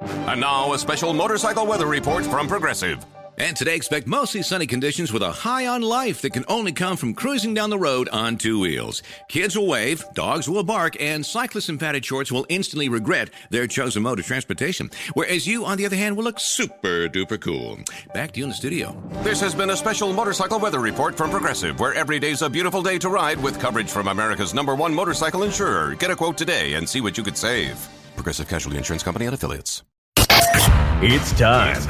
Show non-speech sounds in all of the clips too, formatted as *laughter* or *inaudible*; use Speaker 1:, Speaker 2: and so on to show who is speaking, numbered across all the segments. Speaker 1: And now, a special motorcycle weather report from Progressive.
Speaker 2: And today, expect mostly sunny conditions with a high on life that can only come from cruising down the road on two wheels. Kids will wave, dogs will bark, and cyclists in padded shorts will instantly regret their chosen mode of transportation. Whereas you, on the other hand, will look super duper cool. Back to you in the studio.
Speaker 1: This has been a special motorcycle weather report from Progressive, where every day's a beautiful day to ride with coverage from America's number one motorcycle insurer. Get a quote today and see what you could save. Progressive Casualty Insurance Company and affiliates.
Speaker 3: It's time,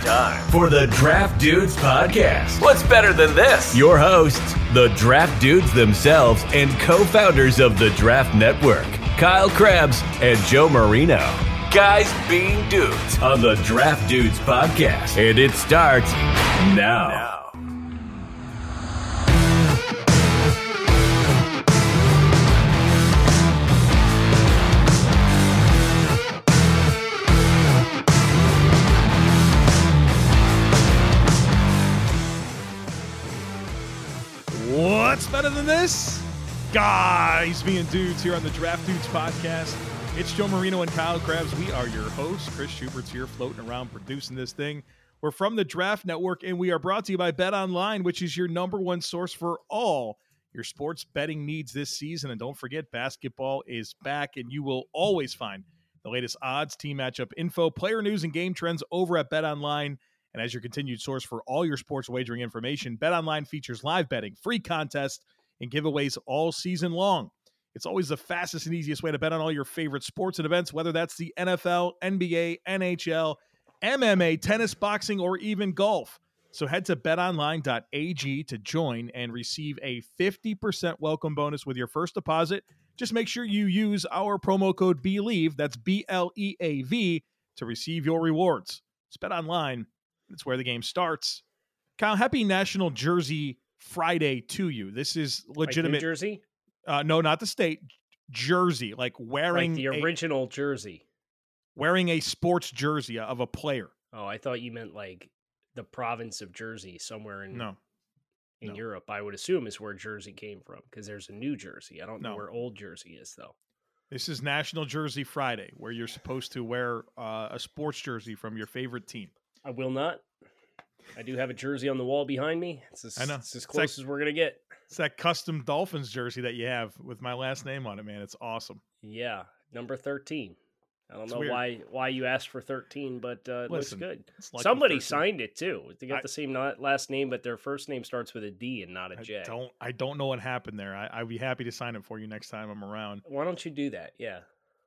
Speaker 3: for the Draft Dudes Podcast.
Speaker 4: What's better than this?
Speaker 3: Your hosts, the Draft Dudes themselves and co founders of the Draft Network, Kyle Krabs and Joe Marino,
Speaker 4: guys being dudes.
Speaker 3: on the Draft Dudes Podcast. And it starts now.
Speaker 5: What's better than this? Guys being dudes here on the Draft Dudes podcast. It's Joe Marino and Kyle Krabs. We are your hosts. Chris Schubert's here floating around producing this thing. We're from the Draft Network and we are brought to you by Bet Online, which is your number one source for all your sports betting needs this season. And don't forget, basketball is back and you will always find the latest odds, team matchup info, player news, and game trends over at Bet Online. And as your continued source for all your sports wagering information, BetOnline features live betting, free contests, and giveaways all season long. It's always the fastest and easiest way to bet on all your favorite sports and events, whether that's the NFL, NBA, NHL, MMA, tennis, boxing, or even golf. So head to betonline.ag to join and receive a 50% welcome bonus with your first deposit. Just make sure you use our promo code BELIEVE, that's B L E A V, to receive your rewards. It's bet online. It's where the game starts. Kyle, happy National Jersey Friday to you. This is
Speaker 6: Like New
Speaker 5: legitimate.
Speaker 6: Jersey,
Speaker 5: Uh, no, not the state. Jersey, like wearing
Speaker 6: like the
Speaker 5: a-
Speaker 6: original Jersey.
Speaker 5: wearing a sports jersey of a player.
Speaker 6: Oh, I thought you meant like the province of Jersey, somewhere in
Speaker 5: No,
Speaker 6: in
Speaker 5: no.
Speaker 6: Europe. I would assume is where Jersey came from because there's a New Jersey. I don't
Speaker 5: No.
Speaker 6: know where Old Jersey is though.
Speaker 5: this is National Jersey Friday, where you're supposed to wear uh, a sports jersey from your favorite team.
Speaker 6: I will not. I do have a jersey on the wall behind me. It's as,
Speaker 5: I know.
Speaker 6: It's as
Speaker 5: It's
Speaker 6: close
Speaker 5: like-
Speaker 6: as we're gonna get.
Speaker 5: It's that custom Dolphins jersey that you have with my last name on it, man. It's awesome.
Speaker 6: Yeah, number thirteen. I don't
Speaker 5: It's
Speaker 6: know
Speaker 5: weird.
Speaker 6: why why you asked for thirteen, but uh, it
Speaker 5: Listen,
Speaker 6: looks good.
Speaker 5: It's lucky
Speaker 6: Somebody
Speaker 5: 13.
Speaker 6: signed it too. They got
Speaker 5: I-
Speaker 6: the same not last name, but their first name starts with a D and not a
Speaker 5: I
Speaker 6: J.
Speaker 5: don't. I don't know what happened there. I, I'd be happy to sign it for you next time I'm around.
Speaker 6: Why don't you do that? Yeah.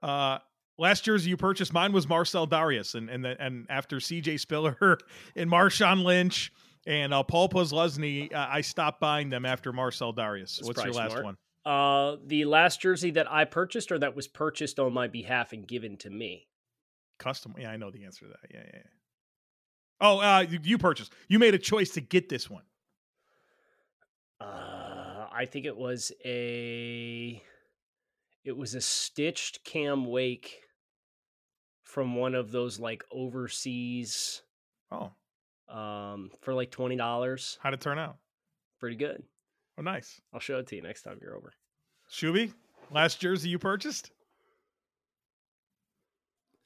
Speaker 5: Uh, last jersey you purchased, mine was Marcel Darius, and and the, and after C.J. Spiller *laughs* and Marshawn Lynch and uh, Paul Posluszny, uh, I stopped buying them after Marcel Darius.
Speaker 6: That's
Speaker 5: What's your
Speaker 6: probably
Speaker 5: last
Speaker 6: smart.
Speaker 5: one?
Speaker 6: Uh, the last jersey that I purchased, or that was purchased on my behalf and given to me.
Speaker 5: Custom. Yeah, I know the answer to that. Yeah, yeah. yeah. Oh, uh, you, you purchased. You made a choice to get this one.
Speaker 6: Uh, I think it was a, it was a stitched Cam Wake from one of those like overseas,
Speaker 5: Oh,
Speaker 6: um, for like twenty dollars.
Speaker 5: how'd it turn out?
Speaker 6: Pretty good.
Speaker 5: Oh, nice.
Speaker 6: I'll show it to you next time you're over.
Speaker 5: Shuby, last jersey you purchased?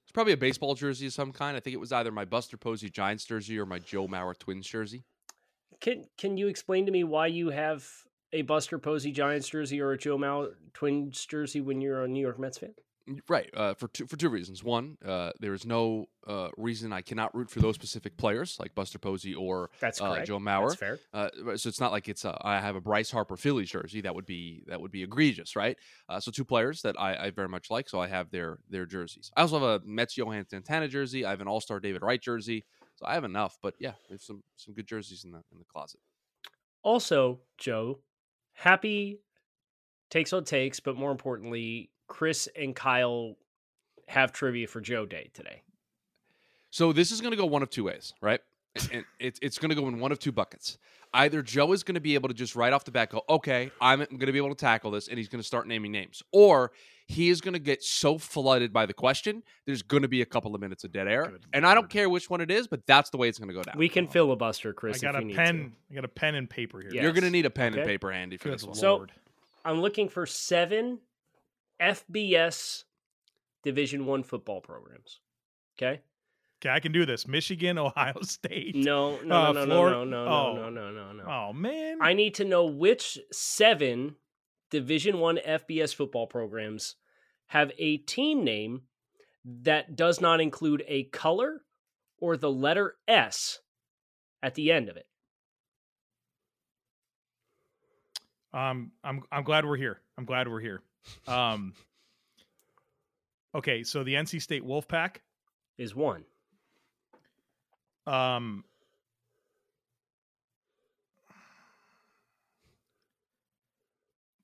Speaker 7: It's probably a baseball jersey of some kind. I think it was either my Buster Posey Giants jersey or my Joe Mauer Twins jersey.
Speaker 6: Can Can you explain to me why you have a Buster Posey Giants jersey or a Joe Mauer Twins jersey when you're a New York Mets fan?
Speaker 7: Y- Right, uh, for two for two reasons. One, uh, there is no uh, reason I cannot root for those specific players like Buster Posey or
Speaker 6: That's
Speaker 7: Uh,
Speaker 6: correct.
Speaker 7: Joe Mauer.
Speaker 6: That's fair.
Speaker 7: Uh, right, so it's not like it's a, I have a Bryce Harper Phillies jersey that would be that would be egregious, right? Uh, so two players that I, I very much like, so I have their their jerseys. I also have a Mets Johan Santana jersey. I have an All Star David Wright jersey. So I have enough, but yeah, we have some some good jerseys in the in the closet.
Speaker 6: Also, Joe, happy takes on takes, but more importantly, Chris and Kyle have trivia for Joe Day today.
Speaker 7: So this is going to go one of two ways, right? and it, it's going to go in one of two buckets. Either Joe is going to be able to just right off the bat go, okay, I'm going to be able to tackle this, and he's going to start naming names, or he is going to get so flooded by the question, there's going to be a couple of minutes of dead air,
Speaker 5: Good
Speaker 7: and I don't
Speaker 5: lord.
Speaker 7: care which one it is, but that's the way it's going to go down.
Speaker 6: We can filibuster, Chris.
Speaker 5: Oh, I got
Speaker 6: if
Speaker 5: a
Speaker 6: you need
Speaker 5: pen. I got a pen and paper here.
Speaker 6: Yeah.
Speaker 7: You're going to
Speaker 6: Yes.
Speaker 7: need a pen and
Speaker 6: Okay.
Speaker 7: paper handy for
Speaker 5: Good
Speaker 7: this one.
Speaker 6: So-
Speaker 5: lord.
Speaker 6: To. I'm looking for seven FBS Division One football programs. Okay,
Speaker 5: Okay, I can do this. Michigan, *laughs* Ohio State.
Speaker 6: No, no,
Speaker 5: Uh,
Speaker 6: no, no,
Speaker 5: Flor-
Speaker 6: no, no,
Speaker 5: oh.
Speaker 6: no, no, no, no, no.
Speaker 5: Oh man.
Speaker 6: I need to know which seven Division One FBS football programs have a team name that does not include a color or the letter S at the end of it.
Speaker 5: Um, I'm I'm glad we're here. I'm glad we're here. Um, *laughs* okay, so the NC State Wolfpack.
Speaker 6: Is one.
Speaker 5: Um, *sighs*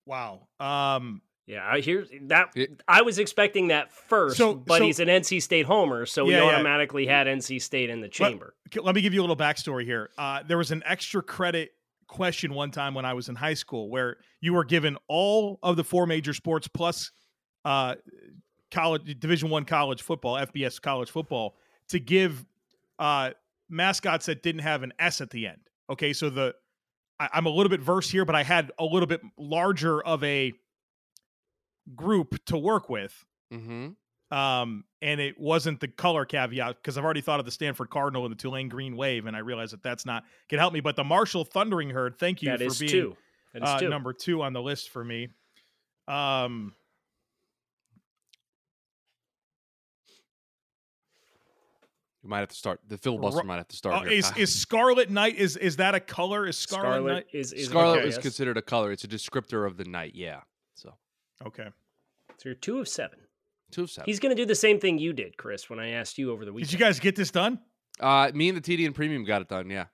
Speaker 5: wow. Um,
Speaker 6: Yeah, I hear that.
Speaker 7: It-
Speaker 6: I was expecting that first,
Speaker 5: So-
Speaker 6: but
Speaker 5: so-
Speaker 6: he's an NC State homer, so
Speaker 5: Yeah,
Speaker 6: he
Speaker 5: yeah.
Speaker 6: automatically had NC State in the chamber.
Speaker 5: Okay, let me give you a little backstory here. Uh, there was an extra credit question one time when I was in high school where you were given all of the four major sports plus uh, college Division One college football, FBS college football, to give uh, mascots that didn't have an S at the end. Okay, so the I, I'm a little bit versed here, but I had a little bit larger of a group to work with
Speaker 7: Mm-hmm.
Speaker 5: um, and it wasn't the color caveat because I've already thought of the Stanford Cardinal and the Tulane Green Wave, and I realized that that's not can help me. But the Marshall Thundering Herd, thank you
Speaker 6: That
Speaker 5: for
Speaker 6: is
Speaker 5: being
Speaker 6: two. That is
Speaker 5: uh,
Speaker 6: two.
Speaker 5: number two on the list for me. Um,
Speaker 7: You might have to start. The filibuster
Speaker 5: Ro-
Speaker 7: might have to start.
Speaker 5: oh,
Speaker 7: here, Uh,
Speaker 5: is
Speaker 7: Kyle.
Speaker 5: is Scarlet Night is is that a color? Is Scarlet,
Speaker 6: Scarlet
Speaker 5: Night
Speaker 6: is, is
Speaker 7: Scarlet
Speaker 6: okay,
Speaker 7: is
Speaker 6: yes.
Speaker 7: considered a color. It's a descriptor of the night. Yeah. So
Speaker 5: okay?
Speaker 6: So you're two of seven.
Speaker 7: two of seven.
Speaker 6: He's going to do the same thing you did, Chris, when I asked you over the
Speaker 5: Did
Speaker 6: weekend.
Speaker 5: you guys get this done?
Speaker 7: uh, me and the TD and Premium got it done. Yeah.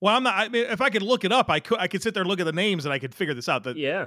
Speaker 5: Well, I'm not. I mean, if I could look it up, I could. I could sit there and look at the names and I could figure this out. That
Speaker 6: yeah.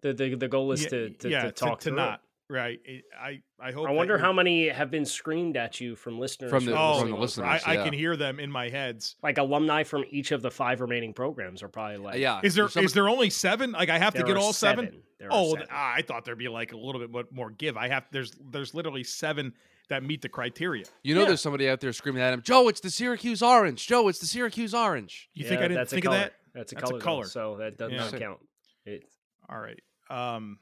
Speaker 6: The, the the goal is to, to, to talk
Speaker 5: to,
Speaker 6: through it.
Speaker 5: not right. It- I I hope.
Speaker 6: I
Speaker 5: that
Speaker 6: wonder
Speaker 5: you're-
Speaker 6: how many have been screamed at you from listeners
Speaker 7: From the-
Speaker 6: who are
Speaker 5: Oh,
Speaker 7: from the
Speaker 6: listening on-
Speaker 7: listeners.
Speaker 5: I, I
Speaker 7: yeah.
Speaker 5: can hear them in my heads.
Speaker 6: Like alumni from each of the five remaining programs are probably like
Speaker 7: Uh, yeah.
Speaker 5: Is there is
Speaker 7: If somebody-
Speaker 5: there only seven? Like I have
Speaker 6: There
Speaker 5: to get
Speaker 6: are
Speaker 5: all seven?
Speaker 6: There are
Speaker 5: Oh, th-
Speaker 6: seven.
Speaker 5: I thought there'd be like a little bit mo- more give. I have there's there's literally seven that meet the criteria.
Speaker 7: You know,
Speaker 6: Yeah.
Speaker 7: there's somebody out there screaming at him, Joe, it's the Syracuse orange. Joe, it's the Syracuse orange.
Speaker 5: You think I
Speaker 6: Yeah,
Speaker 5: didn't
Speaker 6: that's a
Speaker 5: think of
Speaker 6: color.
Speaker 5: that?
Speaker 6: That's a
Speaker 5: That's a
Speaker 6: color, though,
Speaker 5: color.
Speaker 6: so that does
Speaker 5: Yeah.
Speaker 6: not
Speaker 7: So-
Speaker 6: count. It,
Speaker 5: All right. Um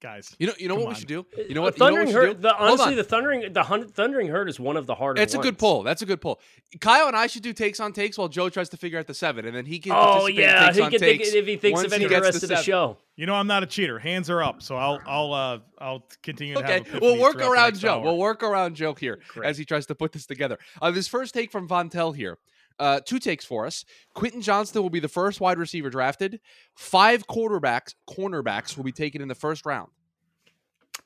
Speaker 5: Guys,
Speaker 7: You know, you know
Speaker 5: Come
Speaker 7: what
Speaker 5: on.
Speaker 7: we should do? You know what? You know what
Speaker 6: Thundering
Speaker 7: we should do?
Speaker 6: Herd. Uh, The,
Speaker 7: Hold
Speaker 6: honestly,
Speaker 7: on.
Speaker 6: the thundering the hun- thundering herd is one of the harder.
Speaker 7: It's a good
Speaker 6: ones.
Speaker 7: poll. That's a good poll. Kyle and I should do takes on takes while Joe tries to figure out the seven, and then he can.
Speaker 6: Oh
Speaker 7: participate in
Speaker 6: yeah,
Speaker 7: takes
Speaker 6: he
Speaker 7: on
Speaker 6: can think,
Speaker 7: takes
Speaker 6: if he thinks
Speaker 7: once
Speaker 6: of any of the
Speaker 7: gets
Speaker 6: rest of the
Speaker 7: seven.
Speaker 6: show.
Speaker 5: you know I'm not a cheater. Hands are up, so I'll I'll uh I'll continue. To
Speaker 7: Okay,
Speaker 5: have
Speaker 7: we'll
Speaker 5: epiphanies
Speaker 7: work
Speaker 5: throughout the
Speaker 7: around
Speaker 5: next
Speaker 7: Joe.
Speaker 5: hour.
Speaker 7: We'll work around Joe here
Speaker 6: Great.
Speaker 7: as he tries to put this together. Uh, this first take from Vontel here. Uh, two takes for us. Quinton Johnston will be the first wide receiver drafted. Five quarterbacks, cornerbacks will be taken in the first round.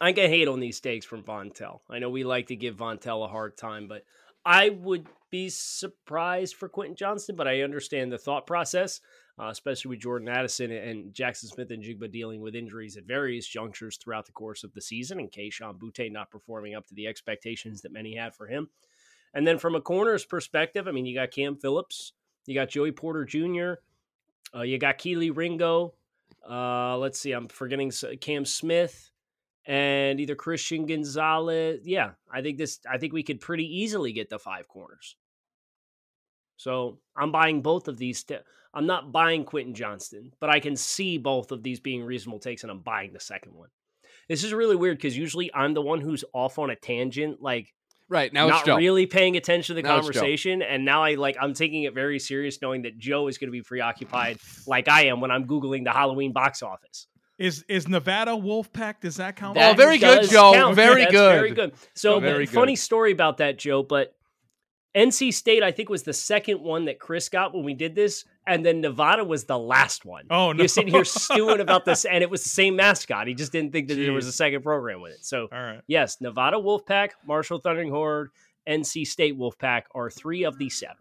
Speaker 6: I get hate on these takes from Vontel. I know we like to give Vontel a hard time, but I would be surprised for Quentin Johnston. But I understand the thought process, uh, especially with Jordan Addison and Jackson Smith and Jigba dealing with injuries at various junctures throughout the course of the season, and Keishawn Butte not performing up to the expectations that many had for him. And then from a corner's perspective, I mean, you got Cam Phillips, you got Joey Porter Jr., uh, you got Keely Ringo. Uh, let's see, I'm forgetting s- Cam Smith and either Christian Gonzalez. Yeah, I think this. I think we could pretty easily get the five corners. So I'm buying both of these. i I'm not buying Quentin Johnston, but I can see both of these being reasonable takes, and I'm buying the second one. This is really weird because usually I'm the one who's off on a tangent, like
Speaker 7: Right now, it's
Speaker 6: not
Speaker 7: Joe.
Speaker 6: really paying attention to the
Speaker 7: Now it's Joe.
Speaker 6: conversation. And now I like I'm taking it very serious, knowing that Joe is going to be preoccupied like I am when I'm googling the Halloween box office.
Speaker 5: Is is Nevada Wolfpack? Does that count?
Speaker 7: That- Oh, very good,
Speaker 6: does
Speaker 7: Joe.
Speaker 6: count.
Speaker 7: Very
Speaker 6: That's
Speaker 7: good.
Speaker 6: Very good. So,
Speaker 7: Oh, very
Speaker 6: but funny
Speaker 7: good.
Speaker 6: story about that, Joe. But NC State, I think, was the second one that Chris got when we did this, and then Nevada was the last one.
Speaker 5: Oh, no.
Speaker 6: You're sitting here stewing about this, and it was the same mascot. He just didn't think that there was
Speaker 5: Jeez.
Speaker 6: a second program with it. So,
Speaker 5: All right.
Speaker 6: yes, Nevada Wolfpack, Marshall Thundering Horde, NC State Wolfpack are three of the seven.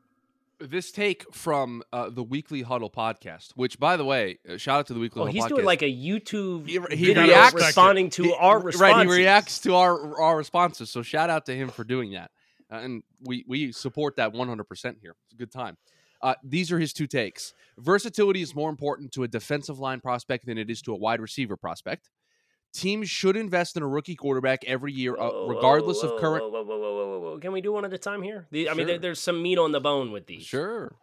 Speaker 7: This take from uh, the Weekly Huddle podcast, which, by the way, uh, shout out to the Weekly
Speaker 6: Oh,
Speaker 7: Huddle
Speaker 6: he's
Speaker 7: podcast.
Speaker 6: doing like a YouTube
Speaker 7: He- he
Speaker 6: video
Speaker 7: reacts-
Speaker 6: responding to
Speaker 7: He-
Speaker 6: our response.
Speaker 7: Right, he reacts to our our responses. So shout out to him for doing that, Uh, and we we support that 100 percent here. It's a good time. Uh, these are his two takes. Versatility is more important to a defensive line prospect than it is to a wide receiver prospect. Teams should invest in a rookie quarterback every year, uh,
Speaker 6: Whoa,
Speaker 7: regardless
Speaker 6: whoa,
Speaker 7: of current.
Speaker 6: Whoa, whoa, whoa, whoa, whoa, whoa, whoa. Can we do one at a time here? The, I mean,
Speaker 7: Sure.
Speaker 6: there, there's some meat on the bone with these.
Speaker 7: Sure.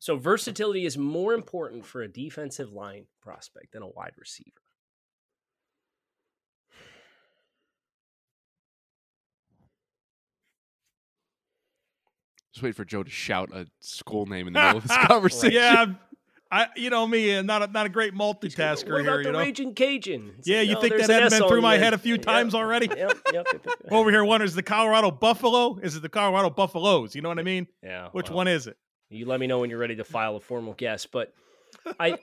Speaker 6: So versatility is more important for a defensive line prospect than a wide receiver.
Speaker 7: Just wait for Joe to shout a school name in the middle of
Speaker 5: *laughs*
Speaker 6: *laughs*
Speaker 7: this conversation.
Speaker 5: yeah, I you know me, uh, not a, not a great multitasker
Speaker 6: What about
Speaker 5: here. You
Speaker 6: the
Speaker 5: know,
Speaker 6: Raging Cajun? It's
Speaker 5: Yeah,
Speaker 6: like,
Speaker 5: you
Speaker 6: oh,
Speaker 5: think
Speaker 6: there's
Speaker 5: that
Speaker 6: an
Speaker 5: hadn't
Speaker 6: S
Speaker 5: been through
Speaker 6: on
Speaker 5: my
Speaker 6: the
Speaker 5: head
Speaker 6: end.
Speaker 5: a few
Speaker 6: *laughs* Yep,
Speaker 5: times already?
Speaker 6: Yep, yep, yep, yep.
Speaker 5: I'm *laughs* over here wondering: is the Colorado Buffalo? Is it the Colorado Buffaloes? You know what I mean?
Speaker 6: Yeah.
Speaker 5: Which
Speaker 6: well.
Speaker 5: one is it?
Speaker 6: You let me know when you're ready to file a formal guess, but I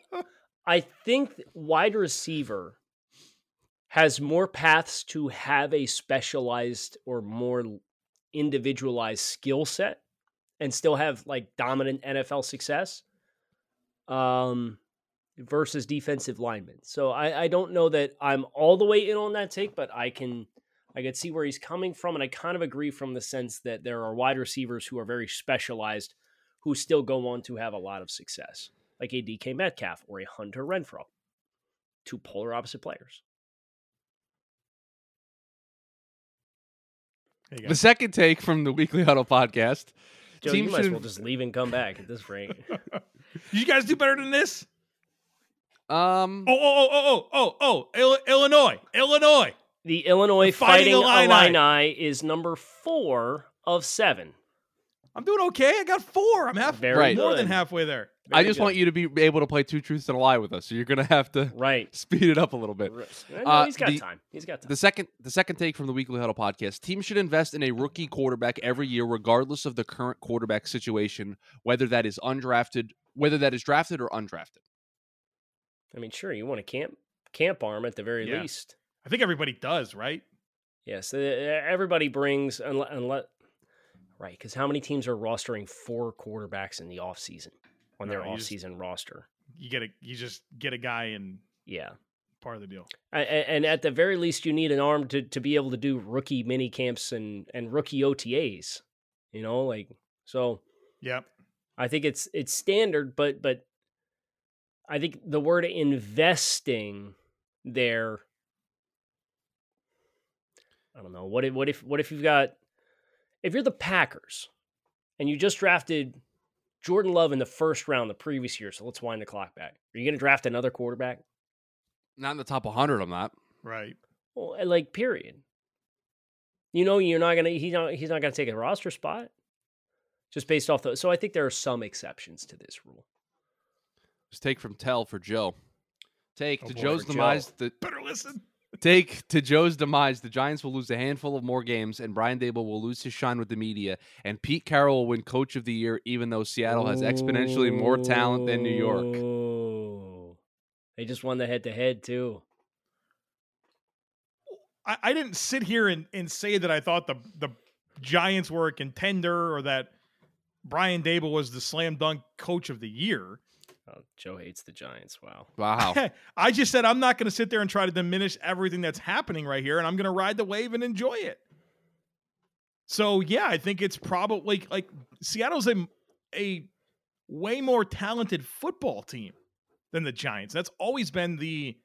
Speaker 6: I think th- wide receiver has more paths to have a specialized or more l- individualized skill set and still have like dominant NFL success um versus defensive linemen. So I I don't know that I'm all the way in on that take, but I can I could see where he's coming from and I kind of agree from the sense that there are wide receivers who are very specialized who still go on to have a lot of success, like a DK Metcalf or a Hunter Renfro. Two polar opposite players.
Speaker 5: There you go.
Speaker 7: The second take from the Weekly Huddle podcast.
Speaker 6: Joe,
Speaker 7: Teams
Speaker 6: you might as
Speaker 7: should-
Speaker 6: well just leave and come back at this
Speaker 5: *laughs*
Speaker 6: rate.
Speaker 5: Did you guys do better than this?
Speaker 7: Um,
Speaker 5: Oh, oh, oh, oh, oh, oh! Ill- Illinois, Illinois.
Speaker 6: The Illinois
Speaker 5: The Fighting
Speaker 6: Fighting,
Speaker 5: Illini.
Speaker 6: Illini. is number four of seven.
Speaker 5: I'm doing okay. I got four. I'm half
Speaker 6: Very
Speaker 7: Right.
Speaker 5: more than
Speaker 6: good.
Speaker 5: halfway there.
Speaker 7: I
Speaker 6: Very
Speaker 7: just
Speaker 6: good.
Speaker 7: want you to be able to play two truths and a lie with us. So you're gonna have to *laughs*
Speaker 6: Right.
Speaker 7: speed it up a little bit.
Speaker 6: Right. No,
Speaker 7: Uh,
Speaker 6: he's got
Speaker 7: the-
Speaker 6: time. He's got time.
Speaker 7: The second, the second take from the Weekly Huddle podcast: Teams should invest in a rookie quarterback every year, regardless of the current quarterback situation, whether that is undrafted, whether that is drafted or undrafted.
Speaker 6: I mean, sure, you want a camp camp arm at the very
Speaker 5: Yeah.
Speaker 6: least.
Speaker 5: I think everybody does, right?
Speaker 6: Yes, uh, everybody brings unless, unless right because how many teams are rostering four quarterbacks in the offseason on their
Speaker 5: No, you just-
Speaker 6: offseason roster?
Speaker 5: You get a, you just get a guy and
Speaker 6: Yeah.
Speaker 5: part of the deal.
Speaker 6: A- a- and at the very least you need an arm to, to be able to do rookie mini camps and, and rookie otas you know like so
Speaker 5: Yep.
Speaker 6: i think it's it's standard but but i think the word investing there i don't know what if what if what if you've got if you're the packers and you just drafted jordan love in the first round the previous year so let's wind the clock back are you going to draft another quarterback
Speaker 7: Not in the top 100. I'm not.
Speaker 5: Right.
Speaker 6: Well, uh, like period. You know, you're not gonna he's not he's not gonna take a roster spot just based off the. So I think there are some exceptions to this rule.
Speaker 7: Just take from Tell for Joe. Take
Speaker 5: Oh
Speaker 7: to
Speaker 5: boy,
Speaker 7: Joe's
Speaker 6: for Joe.
Speaker 7: demise. The,
Speaker 5: Better listen.
Speaker 7: Take to Joe's demise, the Giants will lose a handful of more games, and Brian Dable will lose his shine with the media, and Pete Carroll will win Coach of the Year, even though Seattle has exponentially more talent than New York.
Speaker 6: York. They just won the head to head too.
Speaker 5: I, I didn't sit here and, and say that I thought the the Giants were a contender or that Brian Dable was the slam dunk coach of the year.
Speaker 6: Oh, Joe hates the Giants. Wow. *laughs*
Speaker 7: Wow.
Speaker 5: *laughs* I just said I'm not going to sit there and try to diminish everything that's happening right here, and I'm going to ride the wave and enjoy it. So yeah, I think it's probably like Seattle's a a way more talented football team than the Giants. That's always been the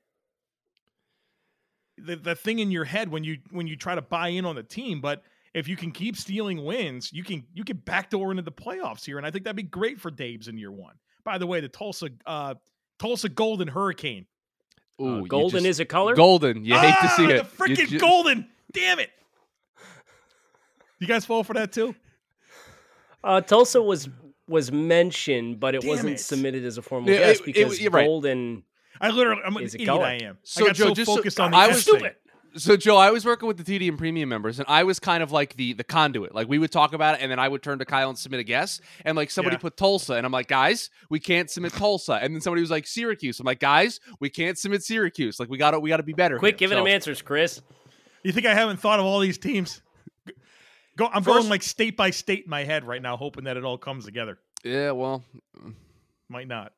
Speaker 5: the, the thing in your head when you when you try to buy in on the team, but if you can keep stealing wins, you can you can backdoor into the playoffs here, and I think that'd be great for Dave's in year one. By the way, the Tulsa uh, Tulsa Golden Hurricane.
Speaker 7: Ooh,
Speaker 6: Uh,
Speaker 7: you
Speaker 6: golden
Speaker 7: just-
Speaker 6: is a color.
Speaker 7: Golden. You hate to see
Speaker 5: Ah,
Speaker 7: it.
Speaker 5: The
Speaker 7: You
Speaker 5: freaking
Speaker 7: ju-
Speaker 5: Golden. Damn it. You guys fall for that too?
Speaker 6: Uh, Tulsa was was mentioned, but it
Speaker 5: Damn
Speaker 6: wasn't
Speaker 5: it.
Speaker 6: submitted as a formal
Speaker 7: Yeah,
Speaker 6: guess
Speaker 7: it- it-
Speaker 6: because
Speaker 7: you're right.
Speaker 6: Golden.
Speaker 5: I literally, I'm an
Speaker 6: Is it
Speaker 5: idiot.
Speaker 6: color?
Speaker 5: I am.
Speaker 7: So,
Speaker 5: I got
Speaker 7: Joe,
Speaker 5: so
Speaker 7: just so-
Speaker 5: focused on the
Speaker 7: I
Speaker 5: guess
Speaker 7: was-
Speaker 5: thing.
Speaker 7: Stupid. So Joe, I was working with the TD and premium members, and I was kind of like the the conduit. Like we would talk about it, and then I would turn to Kyle and submit a guess. And like somebody
Speaker 5: Yeah.
Speaker 7: put Tulsa, and I'm like, guys, we can't submit Tulsa. And then somebody was like Syracuse. I'm like, guys, we can't submit Syracuse. Like we got to we got to be better.
Speaker 6: Quick,
Speaker 7: here.
Speaker 6: giving
Speaker 7: So-
Speaker 6: him answers, Chris.
Speaker 5: You think I haven't thought of all these teams? Go, I'm
Speaker 7: First-
Speaker 5: going like state by state in my head right now, hoping that it all comes together.
Speaker 7: Yeah, well,
Speaker 5: Might not.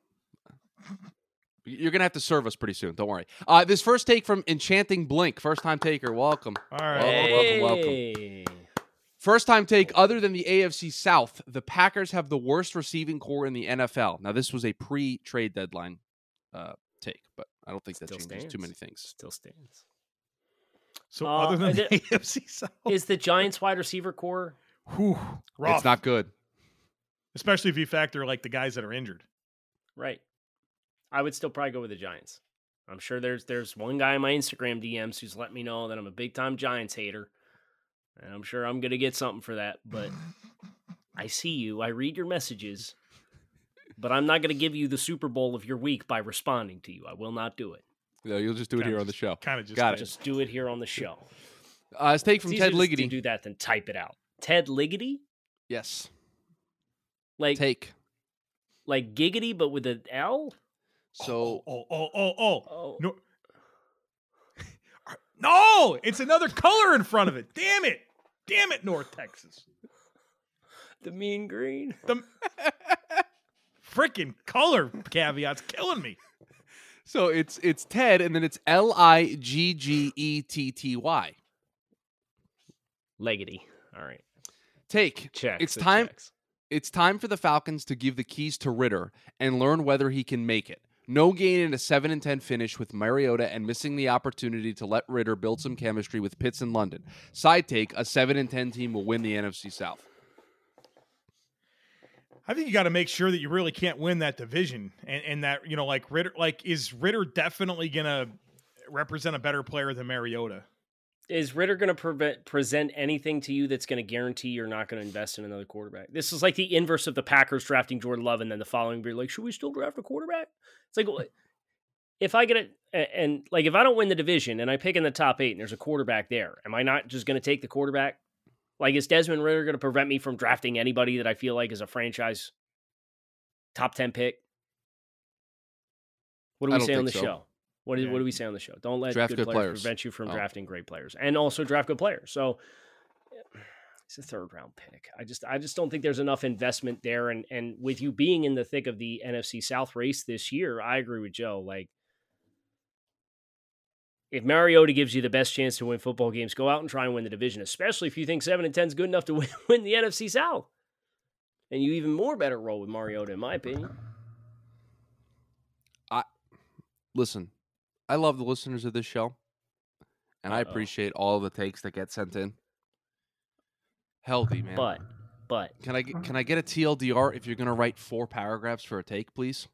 Speaker 7: You're gonna have to serve us pretty soon. Don't worry. Uh, this first take from Enchanting Blink, first time taker. Welcome.
Speaker 5: All right.
Speaker 7: Well, welcome, welcome.
Speaker 6: Hey.
Speaker 7: First time take. Other than the AFC South, the Packers have the worst receiving core in the NFL. Now, this was a pre-trade deadline uh, take, but I don't think that
Speaker 6: Still
Speaker 7: changes
Speaker 6: stands.
Speaker 7: too many things.
Speaker 6: Still stands.
Speaker 5: So
Speaker 6: Uh,
Speaker 5: other than
Speaker 6: is
Speaker 5: the
Speaker 6: it-
Speaker 5: *laughs* AFC South,
Speaker 6: Is the Giants wide receiver core
Speaker 5: whew, rough.
Speaker 7: It's not good.
Speaker 5: especially if you factor like the guys that are injured.
Speaker 6: Right. I would still probably go with the Giants. I'm sure there's there's one guy in my Instagram DMs who's let me know that I'm a big time Giants hater. And I'm sure I'm gonna get something for that, but I see you, I read your messages, but I'm not gonna give you the Super Bowl of your week by responding to you. I will not do it.
Speaker 7: No, you'll just do it
Speaker 5: Kinda
Speaker 7: here on the
Speaker 5: just-
Speaker 7: show.
Speaker 5: kinda just
Speaker 7: got
Speaker 5: did.
Speaker 7: it.
Speaker 6: Just do it here on the show.
Speaker 7: Uh, it's take from
Speaker 6: It's
Speaker 7: Ted
Speaker 6: easier just to
Speaker 7: Ligety.
Speaker 6: do that than type it out. Ted Ligety?
Speaker 7: Yes,
Speaker 6: Like
Speaker 7: take.
Speaker 6: like giggity but with an L?
Speaker 7: So
Speaker 5: Oh, oh, oh, oh.
Speaker 6: Oh.
Speaker 5: No. no, it's another color in front of it. Damn it. Damn it, North Texas.
Speaker 6: The mean green.
Speaker 5: The freaking color caveats killing me.
Speaker 7: so it's it's Ted, and then it's L I G G E T T Y.
Speaker 6: Legety. All right.
Speaker 7: Take.
Speaker 6: Check.
Speaker 7: It's time. It's time for the Falcons to give the keys to Ritter and learn whether he can make it. No gain in a 7 and 10 finish with Mariota and missing the opportunity to let Ritter build some chemistry with Pitts in London. Side take, a 7 and 10 team will win the NFC South.
Speaker 5: I think you got to make sure that you really can't win that division, and, and that you know, like Ritter, like is Ritter definitely gonna represent a better player than Mariota?
Speaker 6: is Ritter going to prevent, present anything to you that's going to guarantee you're not going to invest in another quarterback? This is like the inverse of the Packers drafting Jordan Love, and then the following year, like, should we still draft a quarterback? It's like, what- if I get it, a- and like, if I don't win the division and I pick in the top eight, and there's a quarterback there, am I not just going to take the quarterback? Like, is Desmond Ritter going to prevent me from drafting anybody that I feel like is a franchise top ten pick? What do
Speaker 7: I
Speaker 6: we
Speaker 7: don't
Speaker 6: say on the
Speaker 7: think so.
Speaker 6: show? What, is,
Speaker 5: Yeah.
Speaker 6: what do we say on the show? Don't let
Speaker 7: Draft
Speaker 6: good,
Speaker 7: good
Speaker 6: players,
Speaker 7: players.
Speaker 6: prevent you from
Speaker 7: Oh.
Speaker 6: drafting great players, and also draft good players. So it's a third round pick. I just I just don't think there's enough investment there. And and with you being in the thick of the NFC South race this year, I agree with Joe. Like if Mariota gives you the best chance to win football games, go out and try and win the division, especially if you think seven and ten is good enough to *laughs* win, win the NFC South. And you even more better roll with Mariota, in my opinion.
Speaker 7: Listen, I love the listeners of this show, and I
Speaker 6: Uh-oh.
Speaker 7: appreciate all the takes that get sent in. Healthy, man.
Speaker 6: But but
Speaker 7: can I get- can I get a TLDR if you're going to write four paragraphs for a take, please?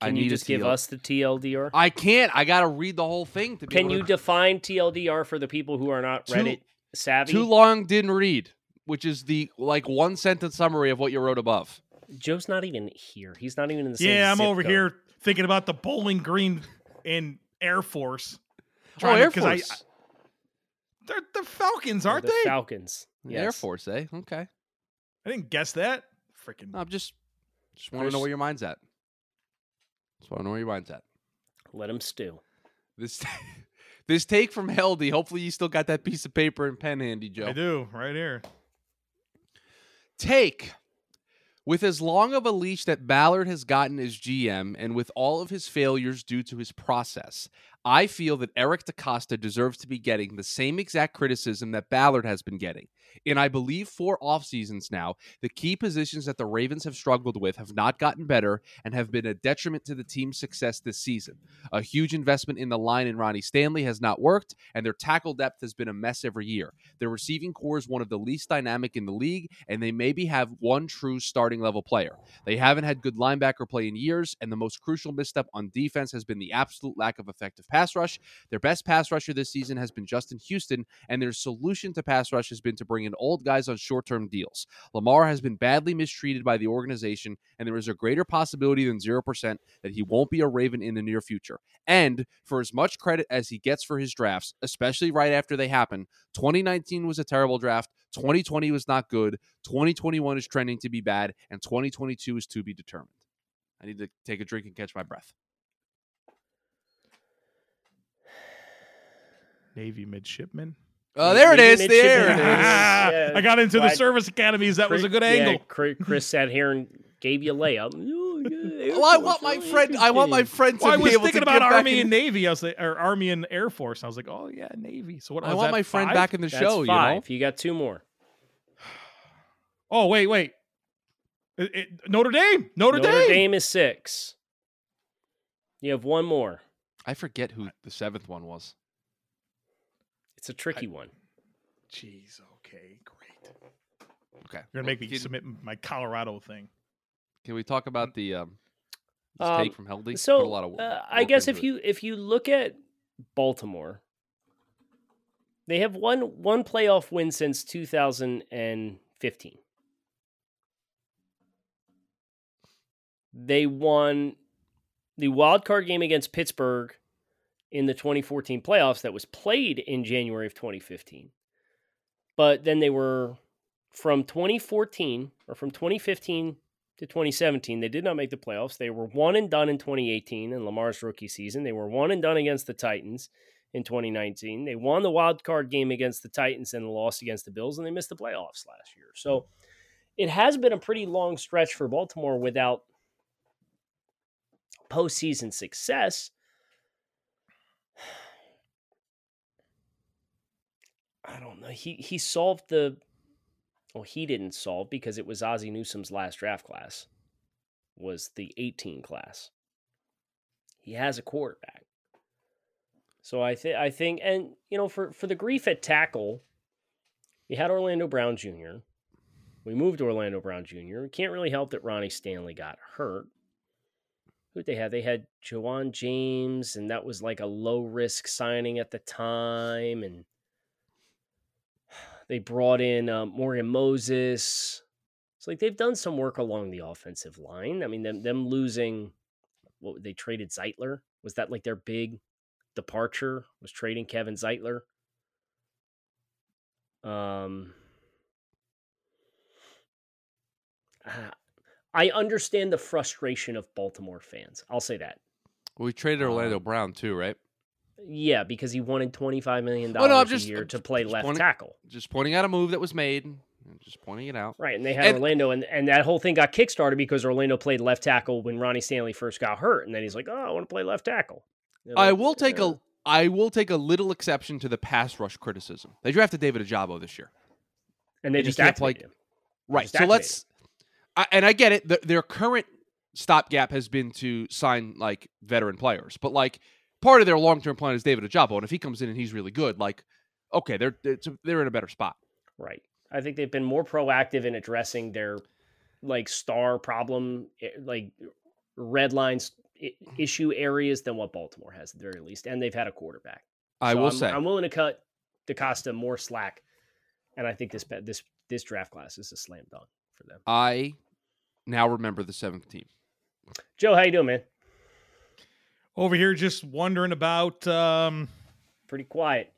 Speaker 6: can you just give
Speaker 7: TL
Speaker 6: us the TLDR?
Speaker 7: I can't. I got to read the whole thing to be
Speaker 6: Can
Speaker 7: able
Speaker 6: you
Speaker 7: to-
Speaker 6: define TLDR for the people who are not
Speaker 7: Too-
Speaker 6: Reddit savvy?
Speaker 7: Too long didn't read, which is the like one sentence summary of what you wrote above.
Speaker 6: Joe's not even here. He's not even in the same.
Speaker 5: Yeah, I'm
Speaker 6: zip
Speaker 5: over
Speaker 6: code.
Speaker 5: here thinking about the Bowling Green and Air Force.
Speaker 7: Oh,
Speaker 5: Trying to-
Speaker 7: Air
Speaker 5: 'cause I-
Speaker 7: Force.
Speaker 5: I- they're the Falcons,
Speaker 6: They're
Speaker 5: aren't
Speaker 6: the
Speaker 5: they?
Speaker 6: Falcons.
Speaker 7: Yeah, Air
Speaker 6: Yes.
Speaker 7: Force, eh? Okay.
Speaker 5: I didn't guess that. Freaking
Speaker 7: No, I'm just just want to know
Speaker 6: Chris-
Speaker 7: where your mind's at. Just want to know where your mind's at.
Speaker 6: Let him stew.
Speaker 7: This *laughs* this take from Heldy. Hopefully, you still got that piece of paper and pen handy, Joe.
Speaker 5: I do right here.
Speaker 7: Take. With as long of a leash that Ballard has gotten as GM and with all of his failures due to his process, I feel that Eric DaCosta deserves to be getting the same exact criticism that Ballard has been getting. In I believe four off seasons now, the key positions that the Ravens have struggled with have not gotten better and have been a detriment to the team's success this season. A huge investment in the line in Ronnie Stanley has not worked, and their tackle depth has been a mess every year. Their receiving core is one of the least dynamic in the league, and they maybe have one true starting level player. They haven't had good linebacker play in years, and the most crucial misstep on defense has been the absolute lack of effective pass rush. Their best pass rusher this season has been Justin Houston, and their solution to pass rush has been to bring in old guys on short term deals. Lamar has been badly mistreated by the organization, and there is a greater possibility than 0% that he won't be a Raven in the near future. And for as much credit as he gets for his drafts, especially right after they happen, 2019 was a terrible draft. 2020 was not good. 2021 is trending to be bad. And 2022 is to be determined. I need to take a drink and catch my breath.
Speaker 5: Navy midshipman.
Speaker 7: Oh, there it
Speaker 6: Maybe
Speaker 7: is. There it
Speaker 6: midshipman.
Speaker 7: is.
Speaker 6: Yeah.
Speaker 5: *laughs* I got into the
Speaker 6: Glad-
Speaker 5: service academies. That was a good
Speaker 6: Yeah,
Speaker 5: angle.
Speaker 6: Chri- Chris sat here and gave you a layup. Ooh, yeah, Air *laughs*
Speaker 7: *laughs* Well, I
Speaker 6: Force,
Speaker 7: want my
Speaker 6: really
Speaker 7: friend. I want my
Speaker 5: *laughs*
Speaker 6: interesting.
Speaker 7: friend to
Speaker 5: Well, I
Speaker 7: be
Speaker 5: was
Speaker 7: able
Speaker 5: thinking
Speaker 7: to
Speaker 5: about
Speaker 7: get back
Speaker 5: Army
Speaker 7: in-
Speaker 5: and Navy. I was like, or Army and Air Force. And I was like, oh yeah, Navy. So what?
Speaker 7: I
Speaker 5: was
Speaker 7: want
Speaker 5: that,
Speaker 7: my friend
Speaker 5: five?
Speaker 7: back in the
Speaker 6: That's
Speaker 7: show.
Speaker 6: five.
Speaker 7: You know,
Speaker 6: You got two more.
Speaker 5: Oh wait, wait. It- it- Notre Dame. Notre,
Speaker 6: Notre Dame is six. You have one more.
Speaker 7: I forget who the seventh one was.
Speaker 6: It's a tricky one.
Speaker 5: Jeez. Okay. Great.
Speaker 7: Okay.
Speaker 5: You're gonna make me
Speaker 7: can,
Speaker 5: submit my Colorado thing.
Speaker 7: Can we talk about the um, this
Speaker 6: Um,
Speaker 7: take from Heldy?
Speaker 6: So
Speaker 7: Put a lot of wo-
Speaker 6: uh, I
Speaker 7: work
Speaker 6: guess
Speaker 7: into
Speaker 6: if
Speaker 7: it.
Speaker 6: you if you look at Baltimore, they have one one playoff win since 2015. They won the wild card game against Pittsburgh in the 2014 playoffs that was played in January of 2015. But then they were from 2014 or from 2015 to 2017. They did not make the playoffs. They were one and done in 2018 in Lamar's rookie season. They were one and done against the Titans in 2019. They won the wild card game against the Titans and lost against the Bills, and they missed the playoffs last year. So it has been a pretty long stretch for Baltimore without postseason success. *sighs* I don't know. He he solved the well, he didn't solve because it was Ozzie Newsom's last draft class, was the 18 class. He has a quarterback. So I think I think and you know, for, for the grief at tackle, we had Orlando Brown Jr. We moved Orlando Brown Jr. We can't really help that Ronnie Stanley got hurt. Who'd they have? They had Jawan James, and that was like a low risk signing at the time, and they brought in um, Morgan Moses. It's like they've done some work along the offensive line. I mean, them them losing what they traded Zeitler was that like their big departure was trading Kevin Zeitler. Um, ah, I understand the frustration of Baltimore fans. I'll say that.
Speaker 7: Well, we traded Orlando Brown too, right?
Speaker 6: Yeah, because he wanted twenty five million
Speaker 7: Oh,
Speaker 6: dollars
Speaker 7: no, I'm
Speaker 6: a
Speaker 7: just-
Speaker 6: year
Speaker 7: I'm
Speaker 6: to
Speaker 7: just-
Speaker 6: play
Speaker 7: just
Speaker 6: left
Speaker 7: wanting-
Speaker 6: tackle.
Speaker 7: Just pointing out a move that was made. Just pointing it out.
Speaker 6: Right, and they had
Speaker 7: And-
Speaker 6: Orlando, and, and that whole thing got kickstarted because Orlando played left tackle when Ronnie Stanley first got hurt, and then he's like, "Oh, I want to play left tackle." They're
Speaker 7: I
Speaker 6: like,
Speaker 7: will take
Speaker 6: "Yeah."
Speaker 7: a I will take a little exception to the pass rush criticism. They drafted David Ajabo this year.
Speaker 6: and they
Speaker 7: and you
Speaker 6: just
Speaker 7: can't
Speaker 6: activated
Speaker 7: play-
Speaker 6: him.
Speaker 7: Right.
Speaker 6: Just
Speaker 7: So
Speaker 6: activate
Speaker 7: let's, I, and I get it. The, their current stopgap has been to sign like veteran players, but like part of their long term plan is David Ajabo, and if he comes in and he's really good, like okay, they're it's a- they're in a better spot.
Speaker 6: Right, I think they've been more proactive in addressing their like star problem, eh, like red lines i- issue areas than what Baltimore has at the very least, and they've had a quarterback.
Speaker 7: I
Speaker 6: So
Speaker 7: will
Speaker 6: I'm,
Speaker 7: say
Speaker 6: I'm willing to cut DaCosta more slack, and I think this pa- this this draft class is a slam dunk for them.
Speaker 7: I now remember the seventh team.
Speaker 6: Joe, how you doing, man?
Speaker 5: Over here, just wondering about um,
Speaker 6: Pretty quiet.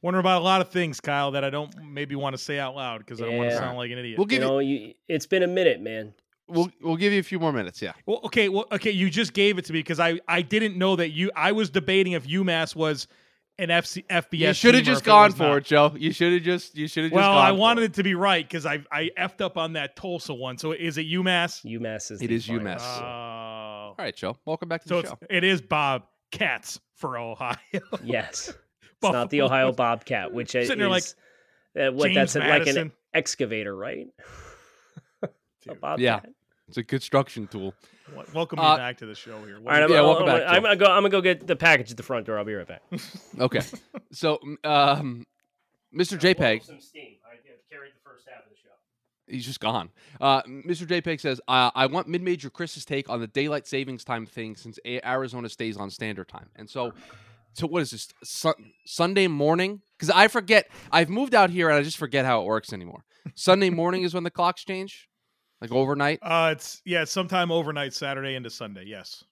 Speaker 5: wondering about a lot of things, Kyle, that I don't maybe want to say out loud because I don't want to
Speaker 6: Yeah.
Speaker 5: sound like an idiot.
Speaker 7: We'll give
Speaker 6: you
Speaker 7: you,
Speaker 6: know, you, it's been a minute, man.
Speaker 7: we'll we'll give you a few more minutes. Yeah.
Speaker 5: Well, okay, well, okay, you just gave it to me because I I didn't know that you. I was debating if UMass was an FC FBS.
Speaker 7: you should have
Speaker 5: team or if
Speaker 7: just
Speaker 5: it was
Speaker 7: gone for
Speaker 5: not.
Speaker 7: it, Joe. You should have just you should have just
Speaker 5: Well,
Speaker 7: gone
Speaker 5: I
Speaker 7: for
Speaker 5: wanted it to be right because I I effed up on that Tulsa one. So is it UMass?
Speaker 6: UMass is
Speaker 7: It
Speaker 6: the
Speaker 7: is
Speaker 6: final.
Speaker 7: UMass.
Speaker 5: Oh,
Speaker 7: All right, Joe. Welcome back to
Speaker 5: so
Speaker 7: the
Speaker 5: it's,
Speaker 7: show.
Speaker 5: it is Bob Cats for Ohio. *laughs*
Speaker 7: *laughs*
Speaker 6: Yes, it's not the
Speaker 5: Buffalo.
Speaker 6: Ohio Bobcat, which is
Speaker 5: Sitting there like
Speaker 6: uh, what
Speaker 5: James
Speaker 6: that's like an
Speaker 5: Madison.
Speaker 6: excavator,
Speaker 7: *laughs*
Speaker 6: right? A Bobcat.
Speaker 7: Yeah. It's a construction tool.
Speaker 5: Wel- Welcome me
Speaker 7: Uh,
Speaker 5: back to the show here.
Speaker 6: All right, I'm,
Speaker 7: Yeah,
Speaker 6: I'm-
Speaker 7: welcome
Speaker 6: I'm-
Speaker 7: back,
Speaker 6: I'm
Speaker 7: Joe.
Speaker 6: gonna go. I'm gonna go get the package at the front door. I'll be right back.
Speaker 7: Okay. *laughs* so, m- um, Mr. JPEG,
Speaker 6: Some steam. I carried the first half of the show.
Speaker 7: he's just gone. Uh, Mr. JPEG says, uh, I want mid major Chris's take on the daylight savings time thing since A- Arizona stays on standard time. And so, so what is this? Sun- Sunday morning? Because I forget. I've moved out here and I just forget how it works anymore. Sunday morning is when the clocks change, like overnight.
Speaker 5: Uh, it's yeah, sometime overnight, Saturday into Sunday. Yes.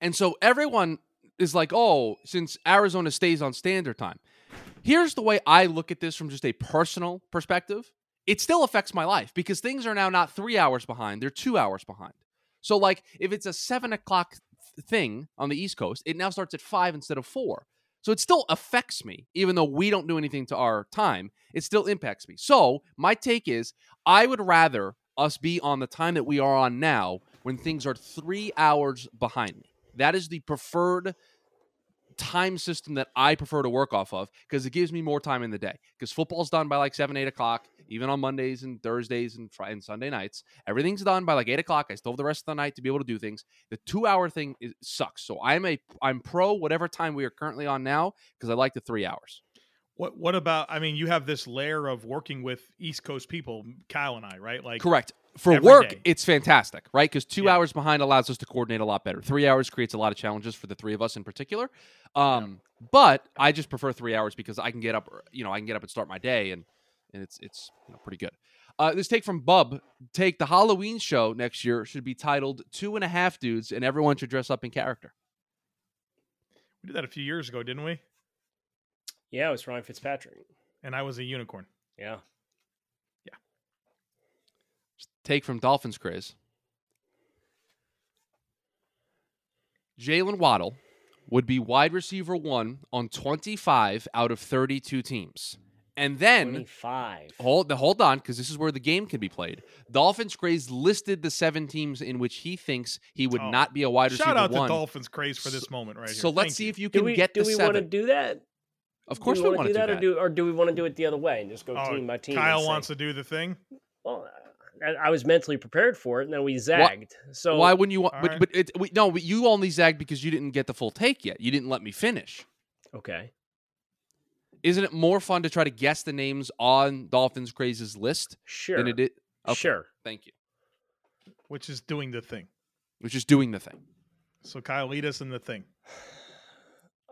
Speaker 7: And so everyone is like, oh, since Arizona stays on standard time. Here's the way I look at this from just a personal perspective. It still affects my life because things are now not three hours behind, they're two hours behind. So, like, if it's a seven o'clock th- thing on the East Coast, it now starts at five instead of four. So, it still affects me, even though we don't do anything to our time, it still impacts me. So, my take is I would rather us be on the time that we are on now when things are three hours behind me. That is the preferred time system that I prefer to work off of because it gives me more time in the day. Because football's done by like seven, eight o'clock, even on Mondays and Thursdays and Friday and Sunday nights. Everything's done by like eight o'clock. I still have the rest of the night to be able to do things. The two hour thing is, sucks. So I'm a I'm pro whatever time we are currently on now because I like the three hours.
Speaker 5: What What about? I mean, you have this layer of working with East Coast people, Kyle and I, right? Like,
Speaker 7: Correct. For
Speaker 5: every
Speaker 7: work,
Speaker 5: day.
Speaker 7: it's fantastic, right? Because two
Speaker 5: Yeah.
Speaker 7: hours behind allows us to coordinate a lot better. Three hours creates a lot of challenges for the three of us in particular. Um, But I just prefer three hours because I can get up, uh, you know, I can get up and start my day, and and it's it's you know, pretty good. Uh, this take from Bub. Take the Halloween show next year should be titled Two and a Half Dudes, and everyone should dress up in character.
Speaker 5: We did that a few years ago, didn't we?
Speaker 6: Yeah, it was Ryan Fitzpatrick.
Speaker 5: And I was a unicorn.
Speaker 6: Yeah.
Speaker 7: Take from Dolphins Craze. Jalen Waddle would be wide receiver one on 25 out of 32 teams. And then,
Speaker 6: 25.
Speaker 7: hold, hold on, because this is where the game can be played. Dolphins Craze listed the seven teams in which he thinks he would
Speaker 5: Oh.
Speaker 7: not be a wide receiver
Speaker 5: Shout out to
Speaker 7: one.
Speaker 5: Dolphins craze for this moment right here.
Speaker 7: so let's
Speaker 5: Thank
Speaker 7: see
Speaker 5: you.
Speaker 7: if you can
Speaker 6: Do we,
Speaker 7: get
Speaker 6: do
Speaker 7: the
Speaker 6: we want to
Speaker 7: seven.
Speaker 6: do that?
Speaker 7: Of course,
Speaker 6: do
Speaker 7: we
Speaker 6: want to do that, or do or do we want to do it the other way and just go
Speaker 5: Oh,
Speaker 6: team by team?
Speaker 5: Kyle wants to do the thing.
Speaker 6: Well, uh, I, I was mentally prepared for it, and then we zagged. So
Speaker 7: Why wouldn't you want?
Speaker 5: All
Speaker 7: But,
Speaker 5: right.
Speaker 7: but it, we, no, but you only zagged because you didn't get the full take yet. You didn't let me finish.
Speaker 6: Okay.
Speaker 7: isn't it more fun to try to guess the names on Dolphins Craze's list
Speaker 6: Sure.
Speaker 7: than it is? Okay,
Speaker 6: Sure.
Speaker 7: Thank you.
Speaker 5: which is doing the thing.
Speaker 7: Which is doing the thing.
Speaker 5: So Kyle, lead us in the thing.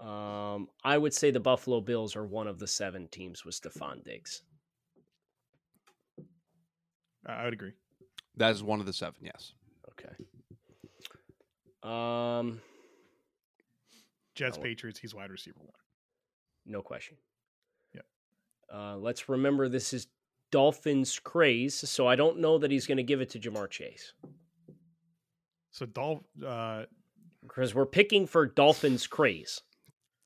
Speaker 6: Um, I would say the Buffalo Bills are one of the seven teams with Stephon Diggs.
Speaker 5: I I would agree.
Speaker 7: That is one of the seven. Yes.
Speaker 6: Okay. Um,
Speaker 5: Jets,
Speaker 6: Oh.
Speaker 5: Patriots. He's wide receiver one.
Speaker 6: no question.
Speaker 5: Yep.
Speaker 6: Uh, let's remember this is Dolphins craze, so I don't know that he's going to give it to Jamar Chase
Speaker 5: So Dolph, uh,
Speaker 6: because we're picking for Dolphins craze.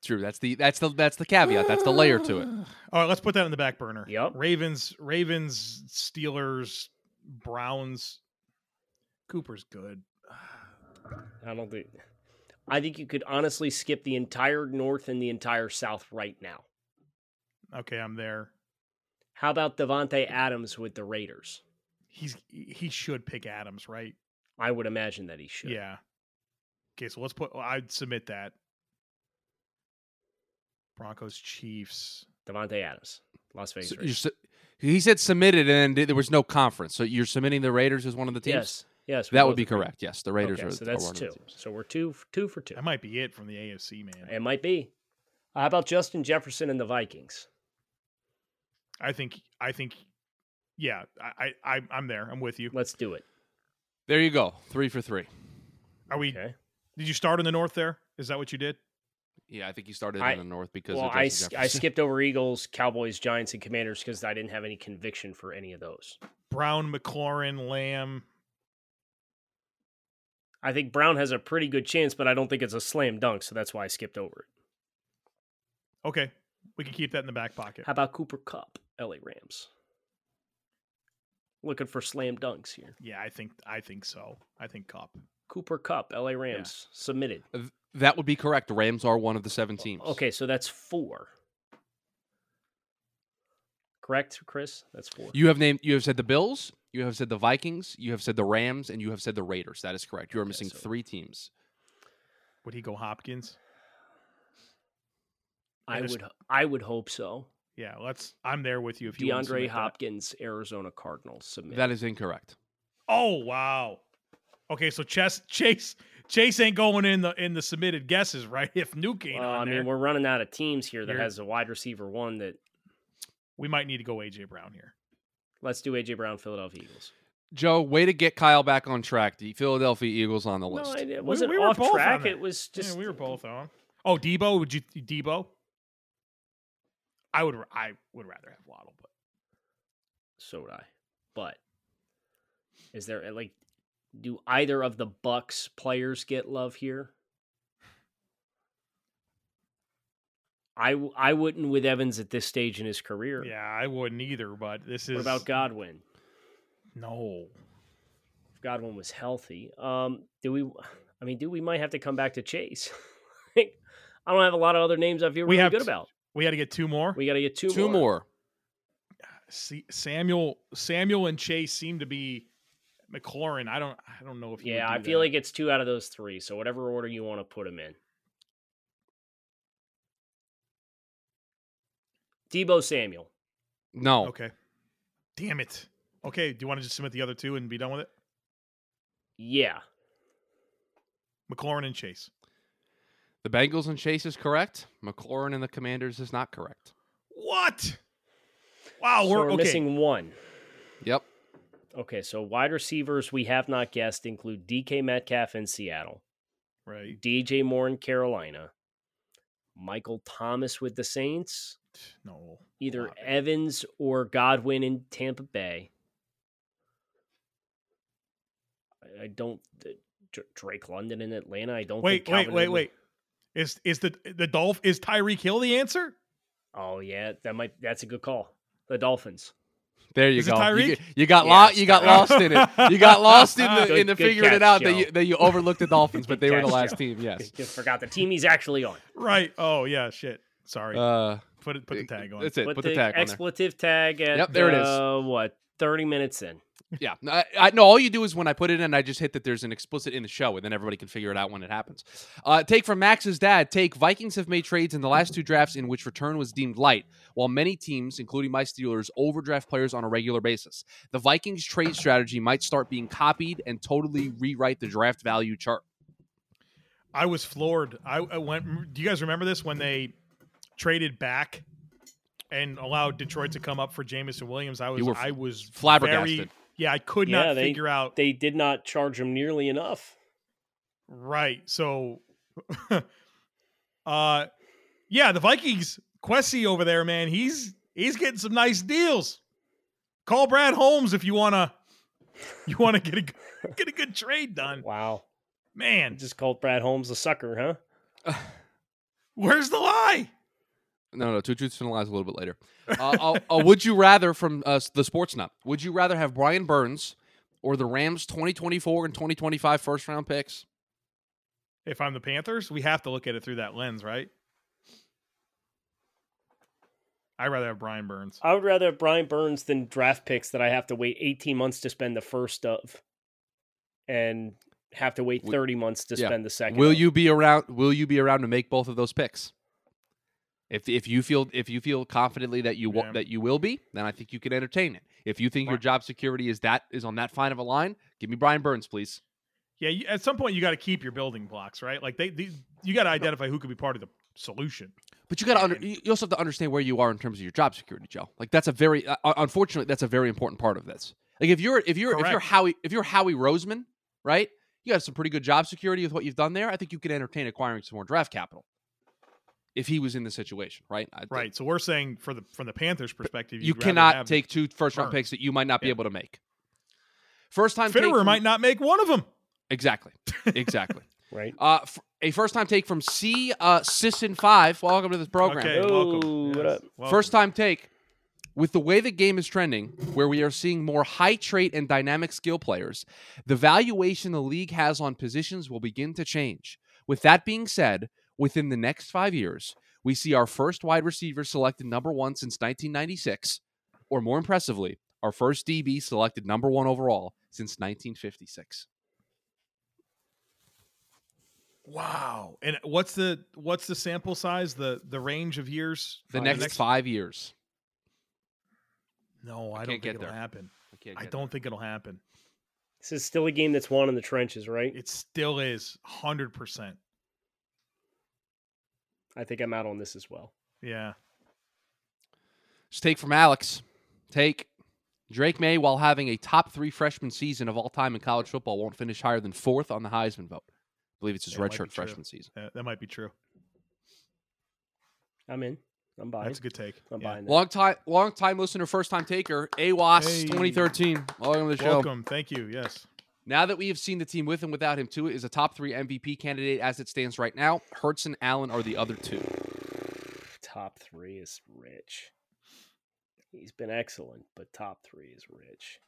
Speaker 7: True. That's the that's the that's the caveat. That's the layer to
Speaker 6: *laughs*
Speaker 7: it.
Speaker 5: *sighs* all right, let's put that in the back burner.
Speaker 6: Yep.
Speaker 5: Ravens, Ravens, Steelers, Browns. Cooper's good.
Speaker 6: I don't think. I think you could honestly skip the entire North and the entire South right now.
Speaker 5: Okay, I'm there.
Speaker 6: How about Devontae Adams with the Raiders?
Speaker 5: He's he should pick Adams, right?
Speaker 6: I would imagine that he should.
Speaker 5: Yeah. Okay, so let's put. I'd submit that. Broncos, Chiefs.
Speaker 6: Devontae Adams, Las Vegas.
Speaker 7: So you're
Speaker 6: Raiders.
Speaker 7: su- he said submitted, and then there was no conference. So you're submitting the Raiders as one of the teams.
Speaker 6: yes, yes, we
Speaker 7: That
Speaker 6: both
Speaker 7: would be
Speaker 6: agree.
Speaker 7: correct. Yes, the Raiders
Speaker 6: okay,
Speaker 7: are.
Speaker 6: so
Speaker 7: are
Speaker 6: that's
Speaker 7: one of the
Speaker 6: two.
Speaker 7: teams.
Speaker 6: So we're two f- two for two.
Speaker 5: That might be it from the AFC, man.
Speaker 6: It might be. How about Justin Jefferson and the Vikings?
Speaker 5: I think I think yeah, I, I I- I'm there. I'm with you.
Speaker 6: Let's do it.
Speaker 7: There you go. Three for three.
Speaker 5: Are we
Speaker 6: Okay.
Speaker 5: did you start in the north there? Is that what you did?
Speaker 7: Yeah, I think you started
Speaker 6: I-
Speaker 7: in the north because
Speaker 6: Well,
Speaker 7: of
Speaker 6: I,
Speaker 7: Justin
Speaker 6: s- I
Speaker 7: Jefferson.
Speaker 6: skipped over Eagles, Cowboys, Giants, and Commanders because I didn't have any conviction for any of those.
Speaker 5: Brown, McLaurin, Lamb.
Speaker 6: I think Brown has a pretty good chance, but I don't think it's a slam dunk, so that's why I skipped over it.
Speaker 5: Okay. We can keep that in the back pocket.
Speaker 6: How about Cooper Cup, LA Rams? Looking for slam dunks here.
Speaker 5: Yeah, I think I think so. I think Cup.
Speaker 6: Cooper Cup, LA Rams, submitted.
Speaker 7: Th- *laughs* That would be correct. The Rams are one of the seven teams.
Speaker 6: Okay, so that's four. Correct, Chris? That's four.
Speaker 7: You have named. You have said the Bills. You have said the Vikings. You have said the Rams, and you have said the Raiders. That is correct. You are missing
Speaker 6: so-
Speaker 7: three teams.
Speaker 5: Would he go Hopkins? I
Speaker 6: I
Speaker 5: just-
Speaker 6: would I would hope so.
Speaker 5: Yeah, let's I'm there with you if you want to
Speaker 6: DeAndre
Speaker 5: submit that.
Speaker 6: Hopkins, Arizona Cardinals submit.
Speaker 7: That is incorrect.
Speaker 5: Oh wow. Okay, so Chase Chase Chase ain't going in the in the submitted guesses, right? *laughs* If Nuke ain't
Speaker 6: Well,
Speaker 5: on
Speaker 6: I mean,
Speaker 5: there,
Speaker 6: we're running out of teams here that
Speaker 5: You're-
Speaker 6: has a wide receiver one that
Speaker 5: we might need to go AJ Brown here.
Speaker 6: let's do AJ Brown, Philadelphia Eagles.
Speaker 7: Joe, way to get Kyle back on track. The Philadelphia Eagles on the
Speaker 6: No,
Speaker 7: list.
Speaker 6: I- it wasn't
Speaker 5: we were
Speaker 6: off
Speaker 5: both on
Speaker 6: track.
Speaker 5: it.
Speaker 6: It was
Speaker 5: Yeah,
Speaker 6: just
Speaker 5: we were both on. Oh, Debo, would you Debo? I would. I would rather have Waddle, but
Speaker 6: so would I. But is there like do either of the Bucks players get love here? I w- I wouldn't with Evans at this stage in his career.
Speaker 5: yeah, I wouldn't either. But this is
Speaker 6: What about Godwin?
Speaker 5: no.
Speaker 6: If Godwin was healthy, um, do we? I mean, do we might have to come back to Chase? *laughs* Like, I don't have a lot of other names I feel
Speaker 5: We
Speaker 6: really
Speaker 5: have
Speaker 6: good
Speaker 5: t-
Speaker 6: about.
Speaker 5: We had to get two more.
Speaker 6: We got to get two,
Speaker 7: Two more.
Speaker 5: See, Samuel, Samuel, and Chase seem to be McLaurin. I don't. I don't know if. you would
Speaker 6: Yeah, I
Speaker 5: do
Speaker 6: feel
Speaker 5: that.
Speaker 6: like it's two out of those three. So whatever order you want to put them in. Debo Samuel.
Speaker 7: No.
Speaker 5: Okay. Damn it. Okay. Do you want to just submit the other two and be done with it?
Speaker 6: Yeah.
Speaker 5: McLaurin and Chase.
Speaker 7: The Bengals and Chase is correct. McLaurin and the Commanders is not correct.
Speaker 5: What? Wow.
Speaker 6: So
Speaker 5: Oh, We're,
Speaker 6: we're
Speaker 5: okay.
Speaker 6: missing one.
Speaker 7: Yep.
Speaker 6: Okay, so wide receivers we have not guessed include DK Metcalf in Seattle,
Speaker 5: Right.
Speaker 6: DJ Moore in Carolina, Michael Thomas with the Saints,
Speaker 5: No.
Speaker 6: either
Speaker 5: Wow.
Speaker 6: Evans or Godwin in Tampa Bay. I- I don't th- Dr- Drake London in Atlanta. I don't
Speaker 5: Wait.
Speaker 6: think
Speaker 5: Wait.
Speaker 6: Calvin
Speaker 5: Wait.
Speaker 6: Ridley-
Speaker 5: Wait. Is is the the Dolph is Tyreek Hill the answer?
Speaker 6: Oh yeah, that might that's a good call. The Dolphins.
Speaker 7: There you
Speaker 5: Is it
Speaker 7: go. You,
Speaker 5: Tyreek?
Speaker 7: get- you got
Speaker 6: Yeah,
Speaker 7: lo-
Speaker 6: it's
Speaker 7: you got
Speaker 6: Tyreek.
Speaker 7: lost in it.
Speaker 6: *laughs*
Speaker 7: You got lost in the
Speaker 6: Good-
Speaker 7: in the
Speaker 6: good
Speaker 7: figuring
Speaker 6: catch,
Speaker 7: it out that
Speaker 6: Joe.
Speaker 7: you that you overlooked
Speaker 6: *laughs*
Speaker 7: the Dolphins, but they were the
Speaker 6: catch,
Speaker 7: last
Speaker 6: Joe.
Speaker 7: team. Yes.
Speaker 6: Just forgot the team he's actually on.
Speaker 5: Right. Oh yeah. Shit. Sorry.
Speaker 7: Uh,
Speaker 5: put it. Put the tag on.
Speaker 7: That's it.
Speaker 6: Put,
Speaker 7: Put,
Speaker 6: the,
Speaker 7: the, tag on there.
Speaker 6: expletive tag at
Speaker 7: Yep, there it is.
Speaker 6: uh, what thirty minutes in.
Speaker 7: Yeah, no, I, I, no. All you do is when I put it in, I just hit that there's an explicit in the show, and then everybody can figure it out when it happens. Uh, take from Max's dad. Take Vikings have made trades in the last two drafts in which return was deemed light, while many teams, including my Steelers, overdraft players on a regular basis. The Vikings trade strategy might start being copied and totally rewrite the draft value chart.
Speaker 5: I was floored. I, I went. Do you guys remember this when they traded back and allowed Detroit to come up for Jamison Williams? I was.
Speaker 7: were
Speaker 5: I was
Speaker 7: flabbergasted.
Speaker 5: Very, yeah, I could
Speaker 6: Yeah,
Speaker 5: not
Speaker 6: they-
Speaker 5: figure out.
Speaker 6: They did not charge him nearly enough.
Speaker 5: Right. So, *laughs* uh, yeah, the Vikings. Quessy over there, man. He's he's getting some nice deals. Call Brad Holmes if you wanna. *laughs* You want to get a good- get a *laughs* good trade done,
Speaker 6: Wow.
Speaker 5: man.
Speaker 6: Just called Brad Holmes a sucker, huh?
Speaker 5: Where's the lie?
Speaker 7: No, no, two truths and a lies a little bit later. Uh, a, a would you rather from uh, the sports nut? Would you rather have Brian Burns or the Rams 2024 and 2025 first round picks?
Speaker 5: If I'm the Panthers, we have to look at it through that lens, right? I'd rather have Brian Burns.
Speaker 6: I would rather have Brian Burns than draft picks that I have to wait 18 months to spend the first of and have to wait
Speaker 7: Wi-
Speaker 6: 30 months to
Speaker 7: yeah.
Speaker 6: spend the second.
Speaker 7: Will
Speaker 6: of.
Speaker 7: you be around? Will you be around to make both of those picks? If if you feel if you feel confidently that you wa-
Speaker 5: Yeah.
Speaker 7: that you will be, then I think you can entertain it. If you think your
Speaker 5: Right.
Speaker 7: job security is that is on that fine of a line, give me Brian Burns, please.
Speaker 5: Yeah, you, at some point you got to keep your building blocks, right? Like they, they you got to identify who could be part of the solution.
Speaker 7: But you got to under,
Speaker 5: And-
Speaker 7: you you also have to understand where you are in terms of your job security, Joe. Like that's a very uh, un- unfortunately that's a very important part of this. Like if you're if you're if you're
Speaker 5: Correct.
Speaker 7: Howie if you're Howie Roseman, right? You have some pretty good job security with what you've done there. I think you could entertain acquiring some more draft capital if he was in the situation, right? I,
Speaker 5: Right. So we're saying for the from the Panthers' perspective,
Speaker 7: You
Speaker 5: you'd rather
Speaker 7: cannot
Speaker 5: have-
Speaker 7: take two first round
Speaker 5: Burns.
Speaker 7: picks that you might not be
Speaker 5: Yeah.
Speaker 7: able to make. First time take
Speaker 5: Fitterer
Speaker 7: from-
Speaker 5: might not make one of them.
Speaker 7: *laughs* exactly
Speaker 5: *laughs*
Speaker 7: exactly.
Speaker 6: Right.
Speaker 7: Uh, f- a first time take from C uh, Sisson five. Welcome to this program.
Speaker 5: Okay,
Speaker 6: Oh,
Speaker 5: welcome.
Speaker 6: what
Speaker 5: Yes,
Speaker 6: up?
Speaker 5: welcome.
Speaker 7: First time take. With the way the game is trending, where we are seeing more high trait and dynamic skill players, the valuation the league has on positions will begin to change. With that being said, within the next five years, we see our first wide receiver selected number one since 1996, or more impressively, our first DB selected number one overall since 1956.
Speaker 5: Wow. And what's the what's the sample size? The the range of years?
Speaker 7: The next, five years.
Speaker 5: No, I, don't
Speaker 7: can't
Speaker 5: think
Speaker 7: get
Speaker 5: it'll
Speaker 7: there.
Speaker 5: happen.
Speaker 7: I, can't
Speaker 5: I
Speaker 7: get-
Speaker 5: don't think it'll happen.
Speaker 6: This is still a game that's won in the trenches, right?
Speaker 5: It still is hundred percent.
Speaker 6: I think I'm out on this as well.
Speaker 5: Yeah.
Speaker 7: Just Take from Alex. Take Drake May, while having a top three freshman season of all time in college football, won't finish higher than fourth on the Heisman vote. I believe it's his
Speaker 5: That might be
Speaker 7: redshirt
Speaker 5: true.
Speaker 7: freshman season.
Speaker 5: Uh, that might be true.
Speaker 6: I'm in. I'm buying.
Speaker 5: That's a good take.
Speaker 6: I'm
Speaker 5: Yeah.
Speaker 6: buying that.
Speaker 7: Long time, long time listener, first time taker. AWAS
Speaker 5: Hey.
Speaker 7: 2013. Welcome to the show.
Speaker 5: Welcome. Thank you. Yes.
Speaker 7: Now that we have seen the team with and without him, Tua is a top three MVP candidate as it stands right now. Hertz and Allen are the other two.
Speaker 6: top three is rich. He's been excellent, but top three is rich.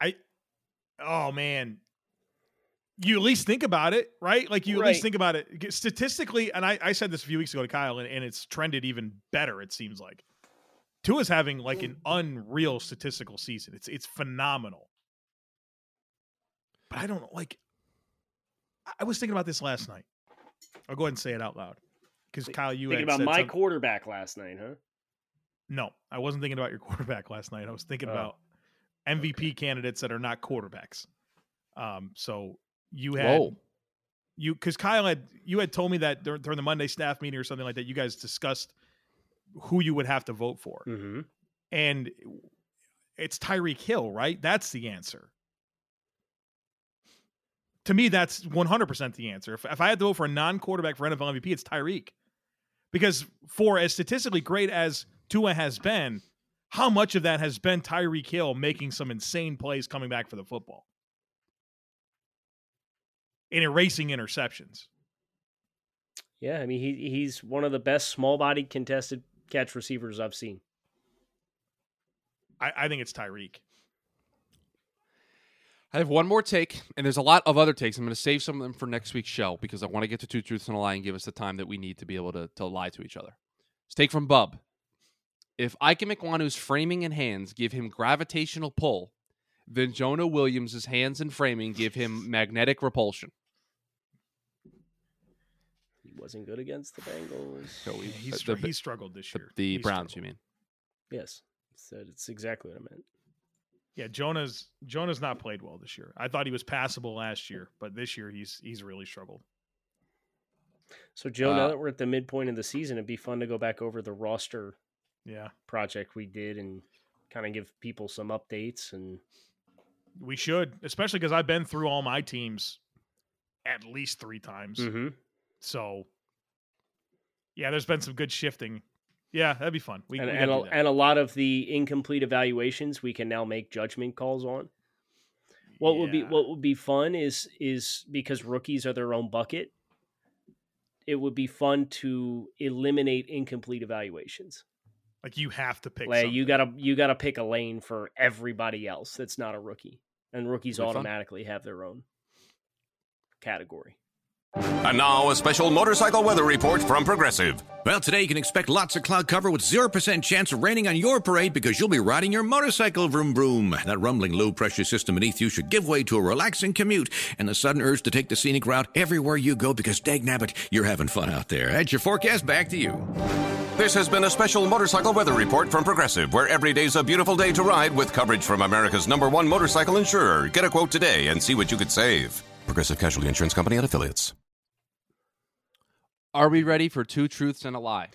Speaker 5: I oh man. You at least think about it, right? Like you at least
Speaker 6: Right.
Speaker 5: think about it G- statistically. And I, I said this a few weeks ago to Kyle, and, and it's trended even better. It seems like Tua's having like
Speaker 6: Mm.
Speaker 5: an unreal statistical season. It's it's phenomenal. But I don't know. Like I- I was thinking about this last night. I'll go ahead and say it out loud. because Kyle, you
Speaker 6: Thinking
Speaker 5: had
Speaker 6: about
Speaker 5: said
Speaker 6: my
Speaker 5: something-
Speaker 6: quarterback last night, huh?
Speaker 5: No, I wasn't thinking about your *laughs* quarterback last night. I was thinking
Speaker 6: Oh.
Speaker 5: about MVP candidates that are not quarterbacks. Um, so you had
Speaker 7: Whoa.
Speaker 5: you because Kyle had you had told me that during, during the Monday staff meeting or something like that. You guys discussed who you would have to vote for,
Speaker 6: Mm-hmm.
Speaker 5: and it's Tyreek Hill, right? That's the answer. To me, that's 100% the answer. If, if I had to vote for a non quarterback for NFL MVP, it's Tyreek. Because for as statistically great as Tua has been, how much of that has been Tyreek Hill making some insane plays coming back for the football and erasing interceptions?
Speaker 6: Yeah, I mean he he's one of the best small bodied contested catch receivers I've seen.
Speaker 5: I, I think it's Tyreek.
Speaker 7: I have one more take, and there's a lot of other takes. I'm going to save some of them for next week's show because I want to get to two truths and a lie and give us the time that we need to be able to, to lie to each other. This take from Bub. If Ike Mcwanu's framing and hands give him gravitational pull, then Jonah Williams' hands and framing
Speaker 5: *laughs*
Speaker 7: give him magnetic repulsion.
Speaker 6: He wasn't good against the Bengals.
Speaker 7: So we,
Speaker 5: He's,
Speaker 7: uh,
Speaker 5: str-
Speaker 7: the,
Speaker 5: he struggled this
Speaker 7: the,
Speaker 5: year.
Speaker 7: the
Speaker 5: He
Speaker 7: Browns,
Speaker 5: struggled.
Speaker 7: you mean?
Speaker 6: Yes, so it's exactly what I meant.
Speaker 5: Yeah, Jonah's Jonah's not played well this year. I thought he was passable last year, but this year he's he's really struggled.
Speaker 6: So Joe, now
Speaker 7: Uh,
Speaker 6: that we're at the midpoint of the season, it'd be fun to go back over the roster
Speaker 5: Yeah,
Speaker 6: project we did and kind of give people some updates and
Speaker 5: we should, especially because I've been through all my teams at least three times.
Speaker 7: Hmm.
Speaker 5: So, yeah, there's been some good shifting. Yeah, that'd be fun. We,
Speaker 6: and
Speaker 5: we
Speaker 6: and
Speaker 5: gotta
Speaker 6: a,
Speaker 5: do that.
Speaker 6: and a lot of the incomplete evaluations we can now make judgment calls on. What would be
Speaker 5: Yeah.
Speaker 6: what would be fun is is because rookies are their own bucket. It would be fun to eliminate incomplete evaluations.
Speaker 5: like you have to pick.
Speaker 6: Like you
Speaker 5: something.
Speaker 6: gotta you gotta pick a lane for everybody else that's not a rookie, and rookies
Speaker 7: Be fun.
Speaker 6: automatically have their own category.
Speaker 1: And now, a special motorcycle weather report from Progressive.
Speaker 2: Well, today you can expect lots of cloud cover with 0% chance of raining on your parade because you'll be riding your motorcycle vroom vroom. That rumbling low pressure system beneath you should give way to a relaxing commute and the sudden urge to take the scenic route everywhere you go because, dag nabbit, you're having fun out there. That's your forecast. Back to you.
Speaker 1: This has been a special motorcycle weather report from Progressive, where every day's a beautiful day to ride with coverage from America's number one motorcycle insurer. Get a quote today and see what you could save. Progressive Casualty Insurance Company and Affiliates.
Speaker 7: Are we ready for two truths and a lie?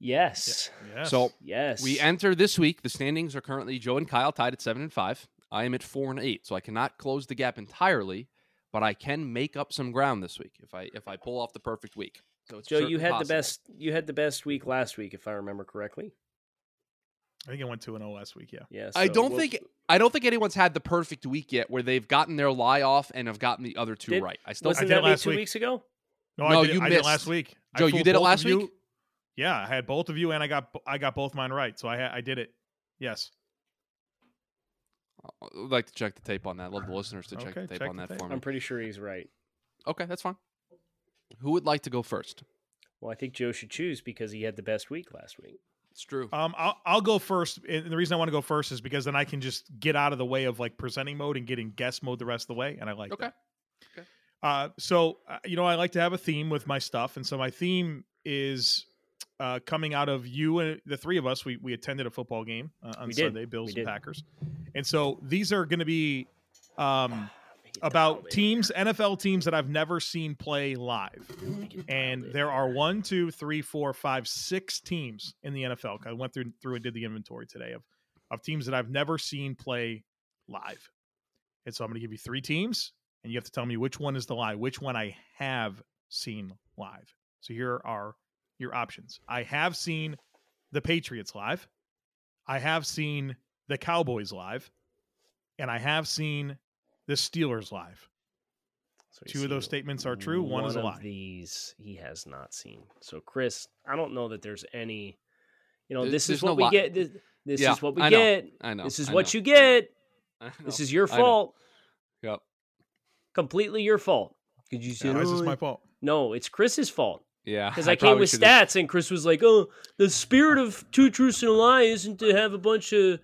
Speaker 6: Yes,
Speaker 5: Yes.
Speaker 7: So
Speaker 6: yes.
Speaker 7: We enter this week. The standings are currently Joe and Kyle tied at seven and five. I am at four and eight, so I cannot close the gap entirely, but I can make up some ground this week if I if I pull off the perfect week. So it's
Speaker 6: Joe, you
Speaker 7: certainly
Speaker 6: had the
Speaker 7: possible.
Speaker 6: best you had the best week last week, if I remember correctly.
Speaker 5: I think I went two and zero last week. Yeah,
Speaker 6: Yeah,
Speaker 7: I
Speaker 6: so
Speaker 7: don't
Speaker 6: we'll-
Speaker 7: think I don't think anyone's had the perfect week yet, where they've gotten their lie off and have gotten the other two
Speaker 6: Did-
Speaker 7: right. I still
Speaker 6: wasn't
Speaker 5: did
Speaker 6: that me
Speaker 5: last
Speaker 6: two
Speaker 5: week.
Speaker 6: weeks ago?
Speaker 7: Mm-hmm. No,
Speaker 5: I did,
Speaker 7: you
Speaker 5: I did it
Speaker 7: missed.
Speaker 5: last week. I
Speaker 7: Joe, you
Speaker 5: fooled
Speaker 7: did it
Speaker 5: both of
Speaker 7: last
Speaker 5: you.
Speaker 7: week?
Speaker 5: Yeah, I had both of you, and I got I got both mine right, so I ha- I did it. Yes.
Speaker 7: I'd like to check the tape on that. I'd love the listeners to check
Speaker 5: Okay,
Speaker 7: the tape
Speaker 5: check
Speaker 7: on
Speaker 5: the
Speaker 7: that
Speaker 5: tape.
Speaker 7: for me.
Speaker 6: I'm pretty sure he's right.
Speaker 7: okay, that's fine. Who would like to go first?
Speaker 6: Well, I think Joe should choose because he had the best week last week.
Speaker 7: It's true.
Speaker 5: Um, I'll, I'll go first, and the reason I want to go first is because then I can just get out of the way of like presenting mode and get in guest mode the rest of the way, and I like
Speaker 7: Okay.
Speaker 5: that.
Speaker 7: Okay.
Speaker 5: Uh, so uh, you know, I like to have a theme with my stuff, and so my theme is uh, coming out of you and the three of us. We we attended a football game uh, on
Speaker 6: We did.
Speaker 5: Sunday, Bills
Speaker 6: We
Speaker 5: and
Speaker 6: did.
Speaker 5: Packers, and so these are going to be um, about teams, NFL teams that I've never seen play live. And there are one, two, three, four, five, six teams in the NFL. 'Cause I went through through and did the inventory today of of teams that I've never seen play live. And so I'm going to give you three teams, and you have to tell me which one is the lie, which one I have seen live. So here are your options. I have seen the Patriots live. I have seen the Cowboys live, and I have seen the Steelers live.
Speaker 6: So he's
Speaker 5: Two of those
Speaker 6: seen
Speaker 5: statements are true. One, is a
Speaker 6: of
Speaker 5: lie.
Speaker 6: These he has not seen. So Chris, I don't know that there's any. You know,
Speaker 7: There-
Speaker 6: this
Speaker 7: there's
Speaker 6: is
Speaker 7: no
Speaker 6: what we
Speaker 7: lie.
Speaker 6: get. This, this
Speaker 7: Yeah,
Speaker 6: is what we
Speaker 7: I know,
Speaker 6: get.
Speaker 7: I know.
Speaker 6: This is
Speaker 7: I
Speaker 6: what you
Speaker 7: know, I know,
Speaker 6: get.
Speaker 7: I know,
Speaker 6: This is your
Speaker 7: I know.
Speaker 6: fault.
Speaker 7: Yep.
Speaker 6: Completely your fault. Could you say
Speaker 5: Why is this
Speaker 6: "Oh,
Speaker 5: my fault?
Speaker 6: no? It's Chris's fault.
Speaker 7: Yeah.
Speaker 6: Because I, came
Speaker 7: probably
Speaker 6: with
Speaker 7: should've-
Speaker 6: stats, and Chris was like, "Oh, the spirit of two truths and a lie isn't to have a bunch of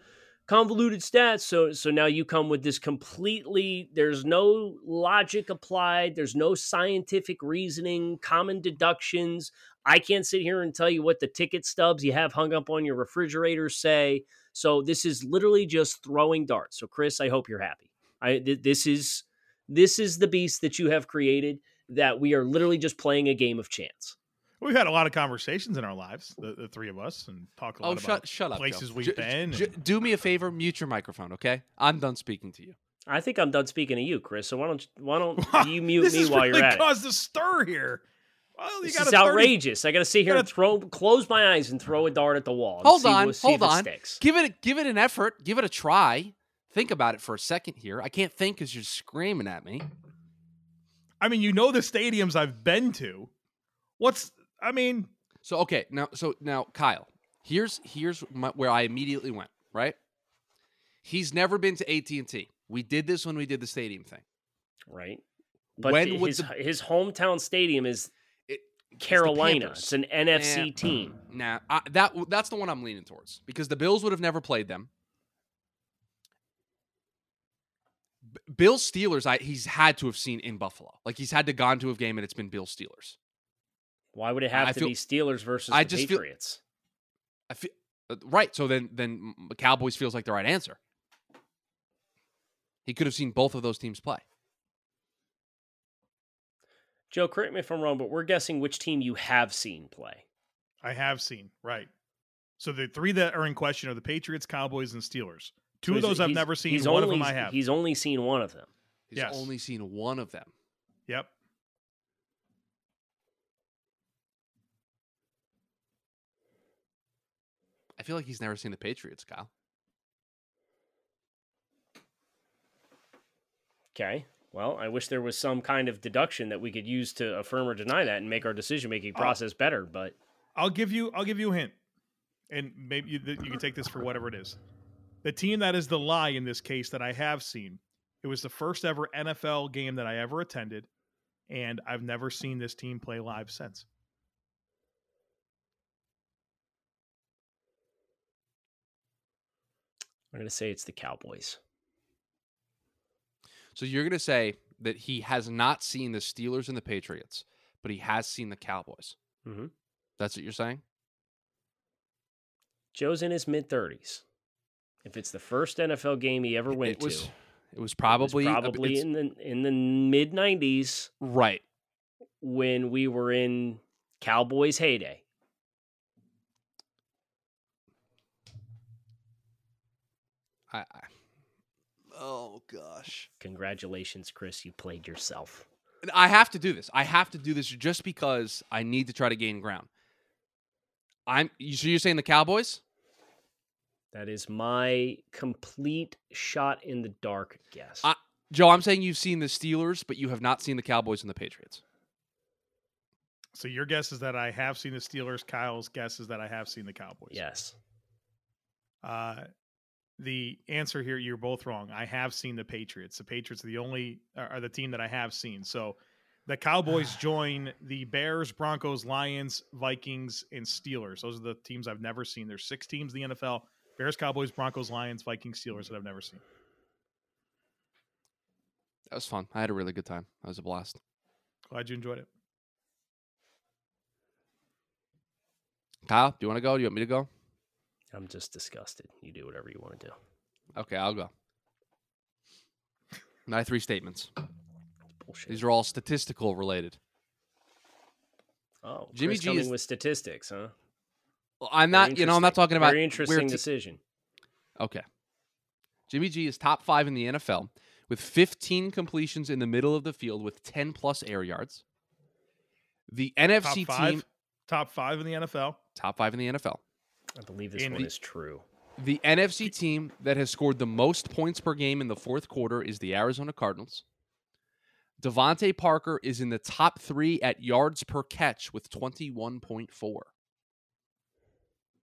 Speaker 6: convoluted stats. So so now you come with this completely there's no logic applied, there's no scientific reasoning, common deductions. I can't sit here and tell you what the ticket stubs you have hung up on your refrigerator say. So this is literally just throwing darts. So Chris, I hope you're happy. I th- this is this is the beast that you have created that we are literally just playing a game of chance.
Speaker 5: We've had a lot of conversations in our lives, the, the three of us, and talked a lot
Speaker 7: Oh,
Speaker 5: about
Speaker 7: shut shut up. Joe.
Speaker 5: places we've
Speaker 7: J-
Speaker 5: been.
Speaker 7: j-
Speaker 5: and-
Speaker 7: do me a favor, mute your microphone, okay? I'm done speaking to you.
Speaker 6: I think I'm done speaking to you, Chris. So why don't why
Speaker 5: *laughs*
Speaker 6: don't you mute
Speaker 5: this
Speaker 6: me
Speaker 5: has
Speaker 6: while
Speaker 5: really
Speaker 6: you're at it?
Speaker 5: caused a stir here. Well, you
Speaker 6: This
Speaker 5: got
Speaker 6: is
Speaker 5: a 30
Speaker 6: outrageous. I got to sit here and throw, close my eyes and throw a dart at the wall. and
Speaker 7: hold
Speaker 6: see,
Speaker 7: on,
Speaker 6: we'll see
Speaker 7: hold
Speaker 6: if it
Speaker 7: on.
Speaker 6: sticks.
Speaker 7: Give it, give it an effort. Give it a try. Think about it for a second here. I can't think because you're screaming at me.
Speaker 5: I mean, you know the stadiums I've been to. What's I mean?
Speaker 7: So okay, now so now Kyle, here's here's my, where I immediately went. Right, he's never been to AT and T. We did this when we did the stadium thing.
Speaker 6: Right. But
Speaker 7: when
Speaker 6: the-
Speaker 7: would
Speaker 6: his,
Speaker 7: the-
Speaker 6: his hometown stadium is
Speaker 7: It-
Speaker 6: Carolina.
Speaker 7: Panthers.
Speaker 6: It's, an NFC
Speaker 7: Yeah.
Speaker 6: team.
Speaker 7: Nah, I, that that's the one I'm leaning towards because the Bills would have never played them. B- Bill Steelers, I he's had to have seen in Buffalo. Like he's had to gone to a game and it's been Bill Steelers.
Speaker 6: Why would it have
Speaker 7: I
Speaker 6: to
Speaker 7: feel-
Speaker 6: be Steelers versus
Speaker 7: I
Speaker 6: the
Speaker 7: just feel-
Speaker 6: Patriots?
Speaker 7: I feel uh, right. So then then m- Cowboys feels like the right answer. He could have seen both of those teams play.
Speaker 6: Joe, correct me if I'm wrong, but we're guessing which team you have seen play.
Speaker 5: I have seen right. So the three that are in question are the Patriots, Cowboys, and Steelers. Two
Speaker 6: So
Speaker 5: of
Speaker 6: he's-
Speaker 5: those I've
Speaker 6: he's-
Speaker 5: never seen.
Speaker 6: he's
Speaker 5: One
Speaker 6: only,
Speaker 5: of them I have.
Speaker 6: He's only seen one of them.
Speaker 7: He's
Speaker 5: Yes.
Speaker 7: only seen one of them.
Speaker 5: Yep.
Speaker 7: I feel like he's never seen the Patriots, Kyle.
Speaker 6: Okay. Well, I wish there was some kind of deduction that we could use to affirm or deny that and make our decision
Speaker 7: Oh.
Speaker 6: making process better. But
Speaker 5: I'll give you. I'll give you a hint, and maybe you, you can take this for whatever it is. The team that is the lie in this case that I have seen. It was the first ever NFL game that I ever attended, and I've never seen this team play live since.
Speaker 6: I'm going to say it's the Cowboys.
Speaker 7: So you're going to say that he has not seen the Steelers and the Patriots, but he has seen the Cowboys.
Speaker 6: hmm
Speaker 7: That's what you're saying?
Speaker 6: Joe's in his mid 30s. If it's the first NFL game he ever went
Speaker 7: it was,
Speaker 6: to, it
Speaker 7: It was
Speaker 6: was
Speaker 7: probably, a-
Speaker 6: probably
Speaker 7: it's-
Speaker 6: in the in the mid 90s
Speaker 7: right.
Speaker 6: when we were in Cowboys heyday.
Speaker 7: I, I, oh gosh.
Speaker 6: Congratulations, Chris, you played yourself.
Speaker 7: I have to do this. I have to do this just because I need to try to gain ground. I'm you- so you're saying the Cowboys?
Speaker 6: That is my complete shot in the dark guess.
Speaker 7: I, Joe, I'm saying you've seen the Steelers, but you have not seen the Cowboys and the Patriots.
Speaker 5: So your guess is that I have seen the Steelers. Kyle's guess is that I have seen the Cowboys.
Speaker 6: yes.
Speaker 5: Uh, the answer here, you're both wrong. I have seen the Patriots. The Patriots are the only uh, are are the team that I have seen. So the Cowboys join the Bears, Broncos, Lions, Vikings, and Steelers. Those are the teams I've never seen. There's six teams in the NFL: Bears, Cowboys, Broncos, Lions, Vikings, Steelers that I've never seen.
Speaker 7: That was fun. I had a really good time. That was a blast.
Speaker 5: Glad you enjoyed it.
Speaker 7: Kyle, do you want to go? Do you want me to go?
Speaker 6: I'm just disgusted. You do whatever you want to do.
Speaker 7: Okay, I'll go. My three statements.
Speaker 6: Bullshit.
Speaker 7: These are all statistical related.
Speaker 6: oh, Jimmy
Speaker 7: Jimmy G
Speaker 6: G coming
Speaker 7: is-
Speaker 6: with statistics, huh?
Speaker 7: Well, I'm
Speaker 6: Very
Speaker 7: not, you know, I'm not
Speaker 6: interesting.
Speaker 7: talking about
Speaker 6: very
Speaker 7: we're
Speaker 6: interesting
Speaker 7: t-
Speaker 6: decision.
Speaker 7: Okay. Jimmy G is top five in the NFL with 15 completions in the middle of the field with 10 plus air yards. The NFC
Speaker 5: top five,
Speaker 7: team,
Speaker 5: top five in the NFL.
Speaker 7: top five in the NFL.
Speaker 6: I believe this
Speaker 5: In
Speaker 6: one
Speaker 5: the-
Speaker 6: is true.
Speaker 7: The NFC team that has scored the most points per game in the fourth quarter is the Arizona Cardinals. Devontae Parker is in the top three at yards per catch with 21.4.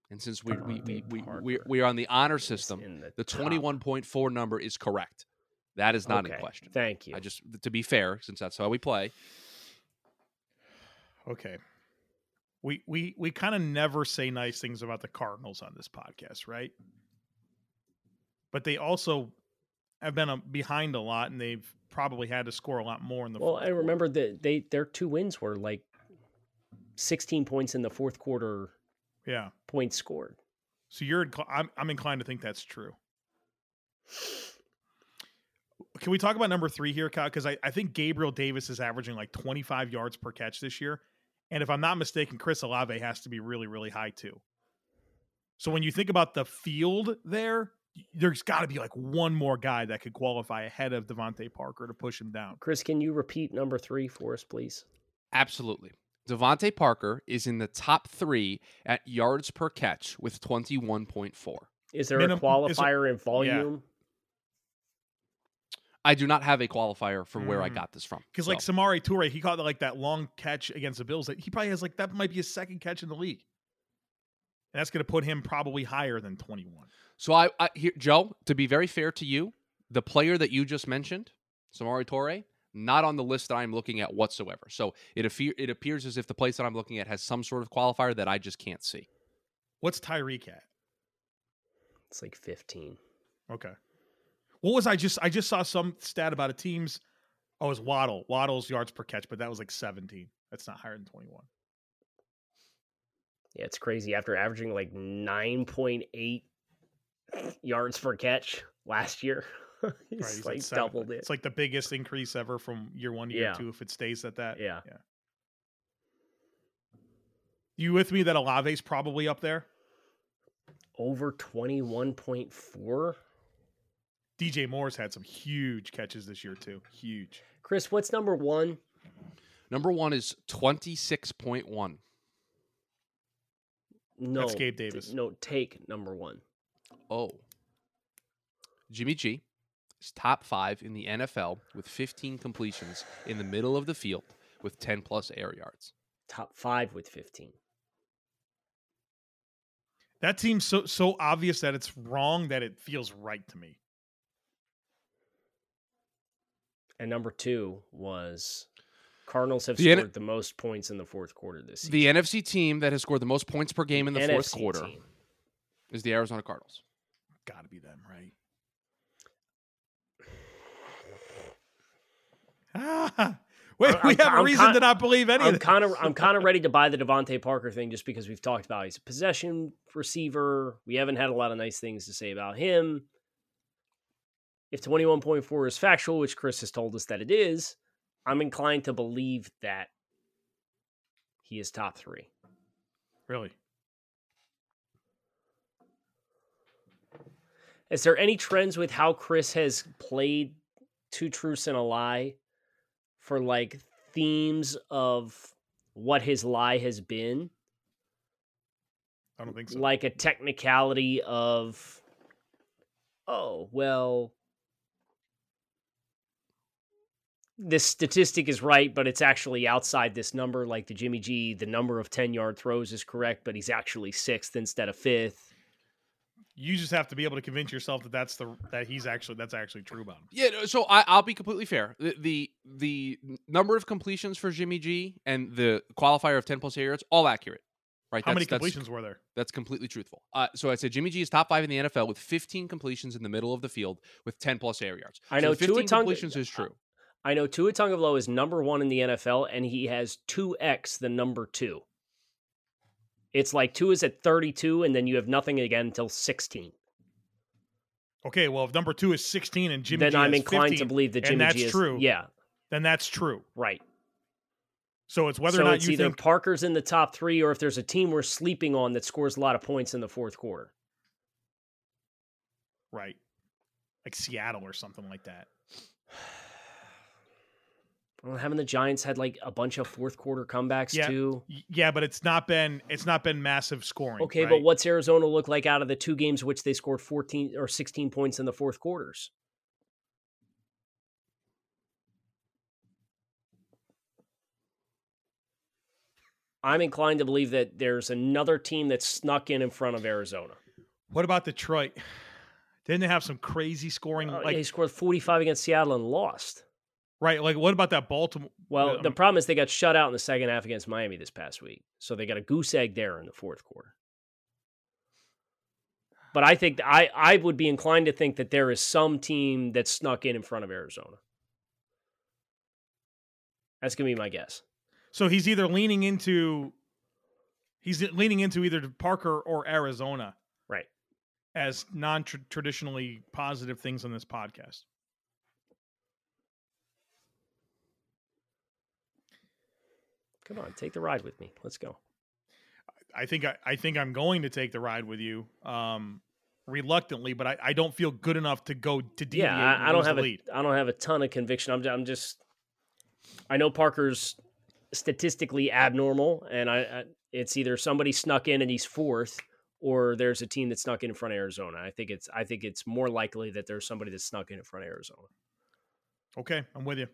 Speaker 7: And since we, we, we, we, we,
Speaker 6: Parker
Speaker 7: we are on the honor
Speaker 6: is
Speaker 7: system,
Speaker 6: in the
Speaker 7: the
Speaker 6: top.
Speaker 7: 21.4 number is correct. That is not in
Speaker 6: Okay,
Speaker 7: question.
Speaker 6: Thank you.
Speaker 7: I just, to be fair, since that's how we play,
Speaker 5: Okay. We we we kind of never say nice things about the Cardinals on this podcast, right? but they also have been uh, behind a lot, and they've probably had to score a lot more in the.
Speaker 6: Well,
Speaker 5: fourth
Speaker 6: I
Speaker 5: quarter.
Speaker 6: remember that they their two wins were like 16 points in the fourth quarter
Speaker 5: Yeah.
Speaker 6: points scored.
Speaker 5: So you're, incl- I'm, I'm inclined to think that's true. Can we talk about number three here, Kyle? Because I, I think Gabriel Davis is averaging like 25 yards per catch this year. And if I'm not mistaken, Chris Olave has to be really, really high too. So when you think about the field there, y- there's got to be like one more guy that could qualify ahead of Devontae Parker to push him down.
Speaker 6: Chris, can you repeat number 3 for us, please?
Speaker 7: Absolutely. Devontae Parker is in the top three at yards per catch with 21.4.
Speaker 6: Is there
Speaker 5: Minim-
Speaker 6: a
Speaker 5: is-
Speaker 6: qualifier in volume?
Speaker 7: I do not have a qualifier for where I got this from.
Speaker 5: Because
Speaker 7: so-
Speaker 5: like Samari Toure, he caught like that long catch against the Bills. That he probably has like that might be his second catch in the league, and that's going to put him probably higher than twenty one.
Speaker 7: So I, I here, Joe, to be very fair to you, the player that you just mentioned, Samari Torre, not on the list that I'm looking at whatsoever. So it appear, it appears as if the place that I'm looking at has some sort of qualifier that I just can't see.
Speaker 5: What's Tyreek at?
Speaker 6: It's like 15.
Speaker 5: Okay, what was I just? I just saw some stat about a team's. Oh, it's Waddle. Waddle's yards per catch, but that was like seventeen. That's not higher than twenty one.
Speaker 6: Yeah, it's crazy after averaging like 9.8 yards per catch last year. *laughs* he's like, doubled it.
Speaker 5: It's like the biggest increase ever from year one to year
Speaker 6: Yeah.
Speaker 5: two. If it stays at that,
Speaker 6: Yeah.
Speaker 5: yeah. You with me that Alave's probably up there?
Speaker 6: over 21.4.
Speaker 5: DJ Moore's had some huge catches this year too. Huge.
Speaker 6: Chris, what's number 1?
Speaker 7: Number one is 26.1.
Speaker 6: No.
Speaker 5: Gabe
Speaker 6: t-
Speaker 5: Davis.
Speaker 6: No, take number 1.
Speaker 7: Oh. Jimmy G is top five in the NFL with 15 completions in the middle of the field with 10 plus air yards.
Speaker 6: Top 5 with 15.
Speaker 5: That seems so so obvious that it's wrong that it feels right to me.
Speaker 6: And number two was Cardinals have
Speaker 7: The N-
Speaker 6: scored the most points in the fourth quarter this season.
Speaker 7: The NFC team that has scored the most points per game in the fourth
Speaker 6: NFC
Speaker 7: quarter
Speaker 6: team.
Speaker 7: is the Arizona Cardinals.
Speaker 5: Got to be them, right? *laughs* Ah, wait,
Speaker 6: I'm-
Speaker 5: we
Speaker 6: I'm-
Speaker 5: have a
Speaker 6: I'm
Speaker 5: reason
Speaker 6: kin-
Speaker 5: to not believe any
Speaker 6: I'm
Speaker 5: of
Speaker 6: kind of I'm kind of ready to buy the Devontae Parker thing just because we've talked about he's a possession receiver. We haven't had a lot of nice things to say about him. If 21.4 is factual, which Chris has told us that it is, I'm inclined to believe that he is top three.
Speaker 5: Really?
Speaker 6: Is there any trends with how Chris has played Two Truths and a Lie for like themes of what his lie has been?
Speaker 5: I don't think so.
Speaker 6: Like a technicality of, oh, well, this statistic is right, but it's actually outside this number. Like the Jimmy G, the number of 10 yard throws is correct, but he's actually sixth instead of fifth.
Speaker 5: you just have to be able to convince yourself that that's the that he's actually that's actually true about him.
Speaker 7: Yeah, no, so I, I'll be completely fair. The, the the n- number of completions for Jimmy G and the qualifier of ten plus air yards, all accurate, right?
Speaker 5: How many
Speaker 7: That's- that's-
Speaker 5: completions were there?
Speaker 7: That's completely truthful. Uh, so I said Jimmy G is top five in the NFL with 15 completions in the middle of the field with 10 plus air yards.
Speaker 6: I
Speaker 7: So
Speaker 6: know
Speaker 7: the
Speaker 6: Tua
Speaker 7: 15
Speaker 6: Tonga-
Speaker 7: completions is true.
Speaker 6: I know Tua Tagovailoa is number one in the NFL, and he has two X the number two. It's like two is at thirty-two, and then you have nothing again until sixteen.
Speaker 5: Okay, well, if number two is sixteen and Jimmy,
Speaker 6: then
Speaker 5: G
Speaker 6: I'm
Speaker 5: has
Speaker 6: inclined
Speaker 5: 15,
Speaker 6: to believe that Jimmy
Speaker 5: and that's
Speaker 6: G is
Speaker 5: true.
Speaker 6: Yeah,
Speaker 5: then that's true.
Speaker 6: right.
Speaker 5: So it's whether
Speaker 6: so
Speaker 5: or not
Speaker 6: it's
Speaker 5: you
Speaker 6: either
Speaker 5: think
Speaker 6: Parker's in the top three, or if there's a team we're sleeping on that scores a lot of points in the fourth quarter. *sighs*
Speaker 5: right, like Seattle or something like that.
Speaker 6: Well, haven't the Giants had like a bunch of fourth quarter comebacks
Speaker 5: Yeah.
Speaker 6: too?
Speaker 5: Y- Yeah, but it's not been it's not been massive scoring.
Speaker 6: Okay,
Speaker 5: right?
Speaker 6: but what's Arizona look like out of the two games which they scored fourteen or sixteen points in the fourth quarters? I'm inclined to believe that there's another team that snuck in in front of Arizona.
Speaker 5: What about Detroit? Didn't they have some crazy scoring?
Speaker 6: Uh,
Speaker 5: like
Speaker 6: they scored 45 against Seattle and lost.
Speaker 5: right, like what about that Baltimore?
Speaker 6: Well,
Speaker 5: um,
Speaker 6: the problem is they got shut out in the second half against Miami this past week, so they got a goose egg there in the fourth quarter. But I think I I would be inclined to think that there is some team that snuck in in front of Arizona. That's gonna be my guess.
Speaker 5: So he's either leaning into he's leaning into either Parker or Arizona.
Speaker 6: Right.
Speaker 5: As non traditionally positive things on this podcast.
Speaker 6: Come on, take the ride with me. Let's go.
Speaker 5: I think I, I think I'm going to take the ride with you. Um reluctantly, but I, I don't feel good enough to go to deviate.
Speaker 6: yeah,
Speaker 5: and
Speaker 6: I, I don't
Speaker 5: lose the
Speaker 6: have a
Speaker 5: lead.
Speaker 6: I don't have a ton of conviction. I'm ju- I'm just I know Parker's statistically abnormal, and I, I it's either somebody snuck in and he's fourth, or there's a team that snuck in in front of Arizona. I think it's I think it's more likely that there's somebody that snuck in in front of Arizona.
Speaker 5: Okay, I'm with you.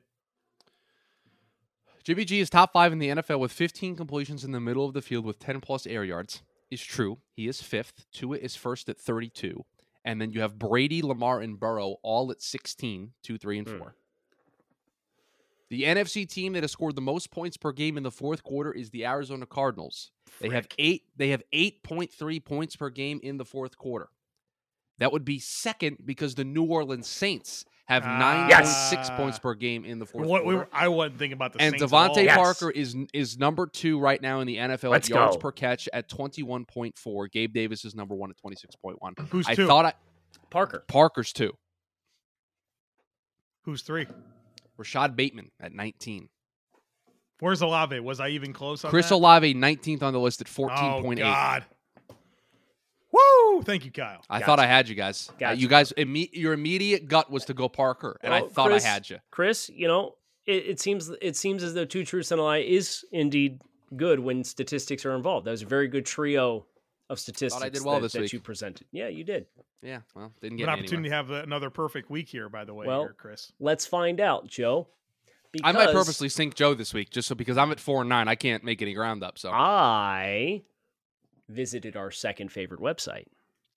Speaker 7: Jimmy G is top five in the NFL with 15 completions in the middle of the field with 10 plus air yards. Is true. He is fifth. Tua is first at 32. And then you have Brady, Lamar, and Burrow all at 16, 2, 3,
Speaker 5: Hmm.
Speaker 7: and 4. The NFC team that has scored the most points per game in the fourth quarter is the Arizona Cardinals. They have eight. They have 8.3 points per game in the fourth quarter. That would be second because the New Orleans Saints have
Speaker 5: Ah.
Speaker 7: 9.6 points per game in the fourth
Speaker 5: What, we
Speaker 7: quarter
Speaker 5: were, I wasn't thinking about the
Speaker 7: and
Speaker 5: Saints at all.
Speaker 7: Devontae
Speaker 6: Yes.
Speaker 7: Parker is is number two right now in the NFL
Speaker 6: Let's
Speaker 7: at yards
Speaker 6: go.
Speaker 7: per catch at twenty one point four. Gabe Davis is number one at twenty six point one.
Speaker 5: Who's
Speaker 7: I
Speaker 5: two?
Speaker 7: thought I
Speaker 6: Parker,
Speaker 7: Parker's two.
Speaker 5: Who's three?
Speaker 7: Rashad Bateman at nineteen.
Speaker 5: Where's Olave? Was I even close on
Speaker 7: Chris
Speaker 5: that?
Speaker 7: Olave nineteenth on the list at fourteen
Speaker 5: Oh
Speaker 7: point eight.
Speaker 5: God. Woo! Thank you, Kyle.
Speaker 7: I thought I had you guys. Uh,
Speaker 6: Gotcha.
Speaker 7: you guys, imme- your immediate gut was to go Parker, and I
Speaker 6: Well,
Speaker 7: thought
Speaker 6: Chris-
Speaker 7: I had you.
Speaker 6: Chris, you know it, it seems it seems as though two truths and a lie is indeed good when statistics are involved. That was a very good trio of statistics
Speaker 7: well
Speaker 6: that,
Speaker 7: this
Speaker 6: that
Speaker 7: week.
Speaker 6: you presented. Yeah, you did.
Speaker 7: Yeah, well, didn't
Speaker 5: An
Speaker 7: get me anywhere.
Speaker 5: opportunity to have another perfect week here, by the way,
Speaker 6: Well,
Speaker 5: here, Chris.
Speaker 6: Let's find out, Joe.
Speaker 7: I might
Speaker 6: because-
Speaker 7: purposely sink Joe this week just so because I'm at four and nine, I can't make any ground up. So
Speaker 6: I visited our second
Speaker 5: *laughs*
Speaker 6: favorite website,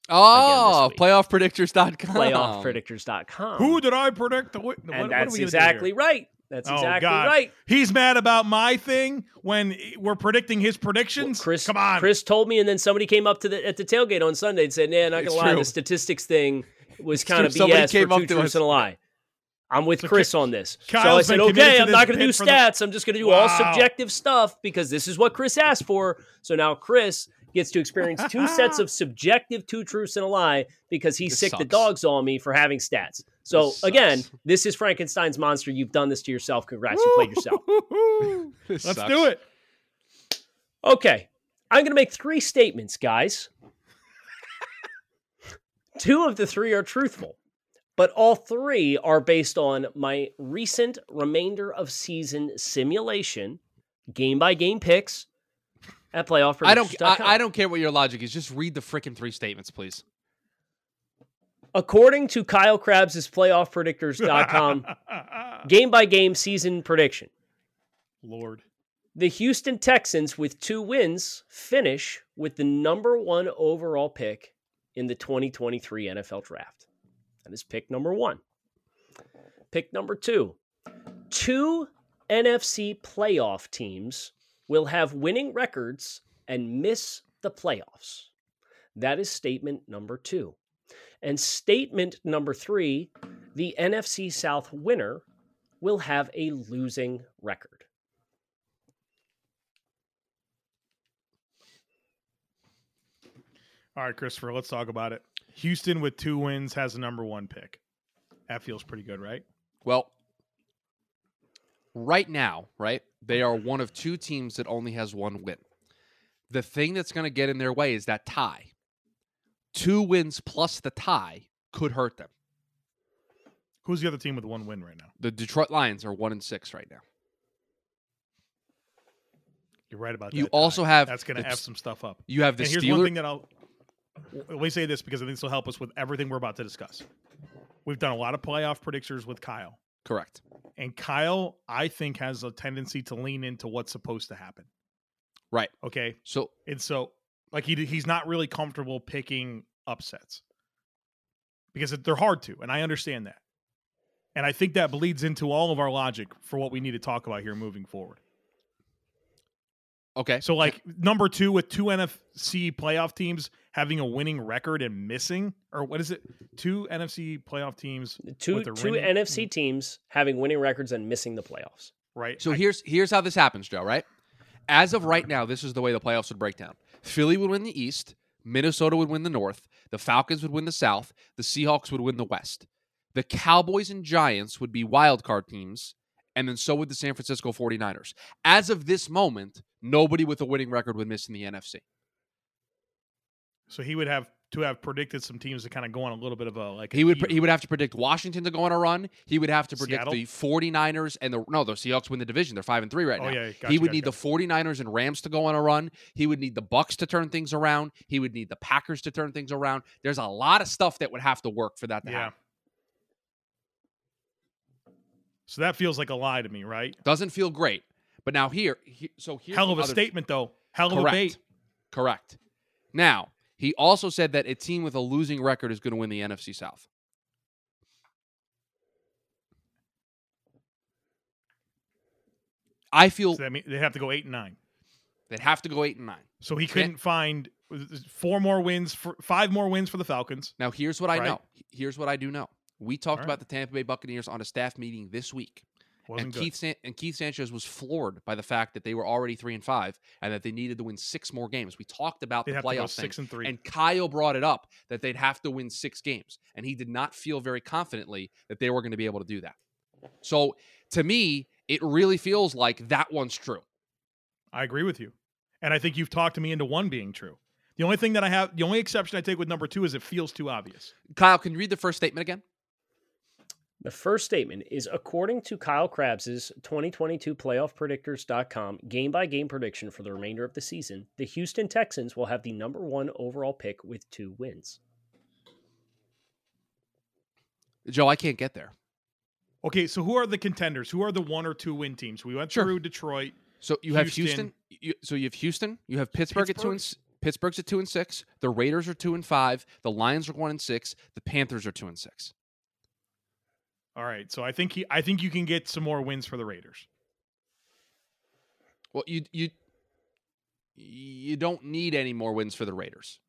Speaker 7: oh,
Speaker 6: week.
Speaker 7: playoffpredictors.com.
Speaker 6: playoffpredictors.com.
Speaker 5: Who did I predict? The, what, what-
Speaker 6: and
Speaker 5: what are
Speaker 6: that's
Speaker 5: we gonna do
Speaker 6: exactly
Speaker 5: here?
Speaker 6: right. That's
Speaker 5: Oh,
Speaker 6: exactly
Speaker 5: God.
Speaker 6: right.
Speaker 5: He's mad about my thing when we're predicting his predictions.
Speaker 6: Chris,
Speaker 5: come on,
Speaker 6: Chris told me, and then somebody came up to the at the tailgate on Sunday and said, "Nah, not gonna
Speaker 7: It's
Speaker 6: lie,
Speaker 7: true.
Speaker 6: the statistics thing was kind
Speaker 7: true.
Speaker 6: of
Speaker 7: Somebody
Speaker 6: BS
Speaker 7: came
Speaker 6: for
Speaker 7: up
Speaker 6: two
Speaker 7: to
Speaker 6: truths
Speaker 7: us.
Speaker 6: and a lie." I'm with
Speaker 5: So
Speaker 6: Chris
Speaker 5: Ki-
Speaker 6: on this. so I
Speaker 5: Kyle's
Speaker 6: said,
Speaker 5: been committed
Speaker 6: "Okay,
Speaker 5: to
Speaker 6: I'm
Speaker 5: this
Speaker 6: not gonna do
Speaker 5: bit for the-
Speaker 6: stats. I'm just gonna do all
Speaker 5: Wow.
Speaker 6: subjective stuff because this is what Chris asked for." So now Chris gets to experience two
Speaker 5: *laughs*
Speaker 6: sets of subjective two truths and a lie because he
Speaker 7: This
Speaker 6: sick the
Speaker 7: sucks.
Speaker 6: dogs on me for having stats. So
Speaker 7: This
Speaker 6: again,
Speaker 7: sucks.
Speaker 6: this is Frankenstein's monster. You've done this to yourself. Congrats, you played yourself.
Speaker 7: *laughs*
Speaker 6: *laughs*
Speaker 7: This
Speaker 5: Let's
Speaker 7: sucks.
Speaker 5: do it.
Speaker 6: Okay. I'm going to make three statements,
Speaker 7: *laughs*
Speaker 6: guys. Two of the three are truthful, but all three are based on my recent remainder of season simulation, game by game picks at playoff.
Speaker 7: I don't. I, I don't care what your logic is. Just read the freaking three statements, please.
Speaker 6: According to Kyle Krabs'
Speaker 5: *laughs*
Speaker 7: *laughs*
Speaker 6: playoffpredictors.com game by game season prediction,
Speaker 5: Lord,
Speaker 6: the Houston Texans with two wins finish with the number one overall pick in the 2023 NFL draft. That is pick number one. Pick number two two NFC playoff teams will have winning records and miss the playoffs. That is statement number two. And statement number three the NFC South winner will have a losing record.
Speaker 5: all right, Christopher, let's talk about it. Houston with two wins has a number one pick. That feels pretty good, right?
Speaker 7: Well, right now, right, they are one of two teams that only has one win. The thing that's going to get in their way is that tie. Two wins plus the tie could hurt them.
Speaker 5: Who's the other team with one win right now?
Speaker 7: The Detroit Lions are one and six right now.
Speaker 5: You're right about that.
Speaker 7: You
Speaker 5: Ty.
Speaker 7: also have
Speaker 5: that's going to
Speaker 7: the-
Speaker 5: f some stuff up.
Speaker 7: You have the
Speaker 5: and here's one
Speaker 7: Steelers.
Speaker 5: thing that I'll let me say this because I think this will help us with everything we're about to discuss. We've done a lot of playoff predictors with Kyle,
Speaker 7: Correct.
Speaker 5: and Kyle I think has a tendency to lean into what's supposed to happen.
Speaker 7: Right.
Speaker 5: Okay,
Speaker 7: So
Speaker 5: and so like he he's not really comfortable picking upsets because it- they're hard to, and I understand that. And I think that bleeds into all of our logic for what we need to talk about here moving forward.
Speaker 7: Okay.
Speaker 5: So like number two with two NFC playoff teams having a winning record and missing, or what is it? Two NFC playoff teams,
Speaker 6: Two
Speaker 5: with a
Speaker 6: two
Speaker 5: winning-
Speaker 6: NFC teams having winning records and missing the playoffs.
Speaker 5: right?
Speaker 7: So
Speaker 5: I-
Speaker 7: here's here's how this happens, Joe. Right? As of right now, this is the way the playoffs would break down. Philly would win the East. Minnesota would win the North. The Falcons would win the South. The Seahawks would win the West. The Cowboys and Giants would be wild card teams, and then so would the San Francisco 49ers. As of this moment, nobody with a winning record would miss in the NFC.
Speaker 5: so he would have to have predicted some teams to kind of go on a little bit of a like a
Speaker 7: He would
Speaker 5: heater.
Speaker 7: he would have to predict Washington to go on a run. He would have to predict
Speaker 5: Seattle?
Speaker 7: the 49ers and the no, the Seahawks win the division. They're 5 and 3 right
Speaker 5: Oh,
Speaker 7: now.
Speaker 5: yeah, gotcha,
Speaker 7: he would
Speaker 5: gotcha,
Speaker 7: need the 49ers and Rams to go on a run. He would need the Bucks to turn things around. He would need the Packers to turn things around. There's a lot of stuff that would have to work for that to
Speaker 5: yeah.
Speaker 7: happen.
Speaker 5: So that feels like a lie to me, right?
Speaker 7: Doesn't feel great. But now here, he- so here's
Speaker 5: Hell
Speaker 7: the
Speaker 5: of a
Speaker 7: other-
Speaker 5: statement though. Hell of a
Speaker 7: Correct.
Speaker 5: bait.
Speaker 7: Correct. Now, he also said that a team with a losing record is going to win the NFC South. I feel
Speaker 5: So that mean they have to go eight and nine.
Speaker 7: They'd have to go eight and nine.
Speaker 5: So he couldn't find uh, four more wins for five more wins for the Falcons.
Speaker 7: Now, here's what I
Speaker 5: Right.
Speaker 7: know. Here's what I do know. We talked
Speaker 5: All
Speaker 7: about the Tampa Bay Buccaneers on a staff meeting this week,
Speaker 5: Wasn't
Speaker 7: and
Speaker 5: good.
Speaker 7: Keith San- and Keith Sanchez was floored by the fact that they were already three and five, and that they needed to win six more games. We talked about
Speaker 5: They'd
Speaker 7: the
Speaker 5: have to go
Speaker 7: playoff thing,
Speaker 5: six and three.
Speaker 7: Kyle brought it up that they'd have to win six games, and he did not feel very confidently that they were going to be able to do that. So, to me, it really feels like that one's true.
Speaker 5: I agree with you. And I think you've talked me into one being true. The only thing that I have, the only exception I take with number two is it feels too obvious.
Speaker 7: Kyle, can you read the first statement again?
Speaker 6: The first statement is according to Kyle Krabs's 2022 playoffpredictors.com game by game prediction for the remainder of the season, the Houston Texans will have the number one overall pick with two wins.
Speaker 7: Joe, I can't get there.
Speaker 5: Okay, so who are the contenders? Who are the one or two win teams? We went
Speaker 7: Sure.
Speaker 5: through Detroit.
Speaker 7: So you have
Speaker 5: Houston.
Speaker 7: Houston. You, so you have Houston. You have Pittsburgh, at two and s- Pittsburgh's at two and six. The Raiders are two and five. The Lions are one and six. The Panthers are two and six.
Speaker 5: All right, so I think he, I think you can get some more wins for the Raiders.
Speaker 7: Well, you you you don't need any more wins for the Raiders.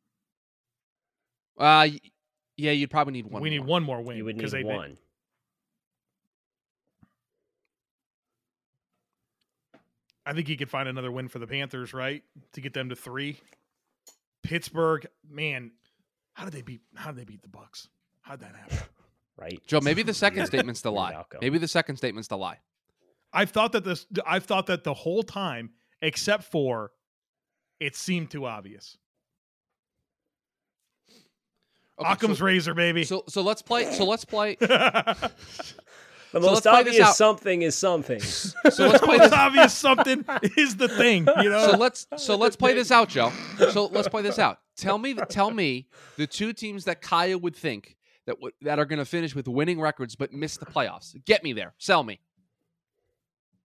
Speaker 7: Uh y- yeah, you'd probably need one.
Speaker 5: we
Speaker 7: more.
Speaker 5: need one more win
Speaker 6: You would need
Speaker 5: because they- they-
Speaker 6: one.
Speaker 5: I think he could find another win for the Panthers, right, to get them to three. Pittsburgh, man, how did they beat? How did they beat the Bucks? How did that happen?
Speaker 6: right?
Speaker 7: Joe, maybe the second statement's the
Speaker 6: Weird
Speaker 7: lie.
Speaker 6: outcome.
Speaker 7: Maybe the second statement's the lie.
Speaker 5: I've thought that this. I've thought that the whole time, except for, it seemed too obvious.
Speaker 7: Okay,
Speaker 5: Occam's
Speaker 7: so,
Speaker 5: razor, baby. *laughs*
Speaker 7: so so let's play. So let's play.
Speaker 6: The
Speaker 7: So
Speaker 6: most
Speaker 7: let's play this out.
Speaker 6: obvious something is something.
Speaker 7: *laughs* So let's play
Speaker 5: It's
Speaker 7: this.
Speaker 5: obvious something is the thing, you know.
Speaker 7: *laughs*
Speaker 5: *laughs*
Speaker 7: so let's so let's play this out, Joe. So let's play this out. Tell me, tell me the two teams that Kaya would think that w- that are going to finish with winning records but miss the playoffs. Get me there. Sell me.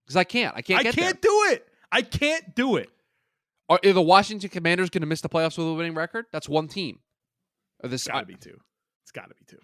Speaker 7: Because I can't. I can't.
Speaker 5: I
Speaker 7: get
Speaker 5: can't
Speaker 7: There.
Speaker 5: do it. I can't do it.
Speaker 7: Are, are the Washington Commanders going to miss the playoffs with a winning record? That's one team. Or this.
Speaker 5: It's gotta be two. It's gotta be two.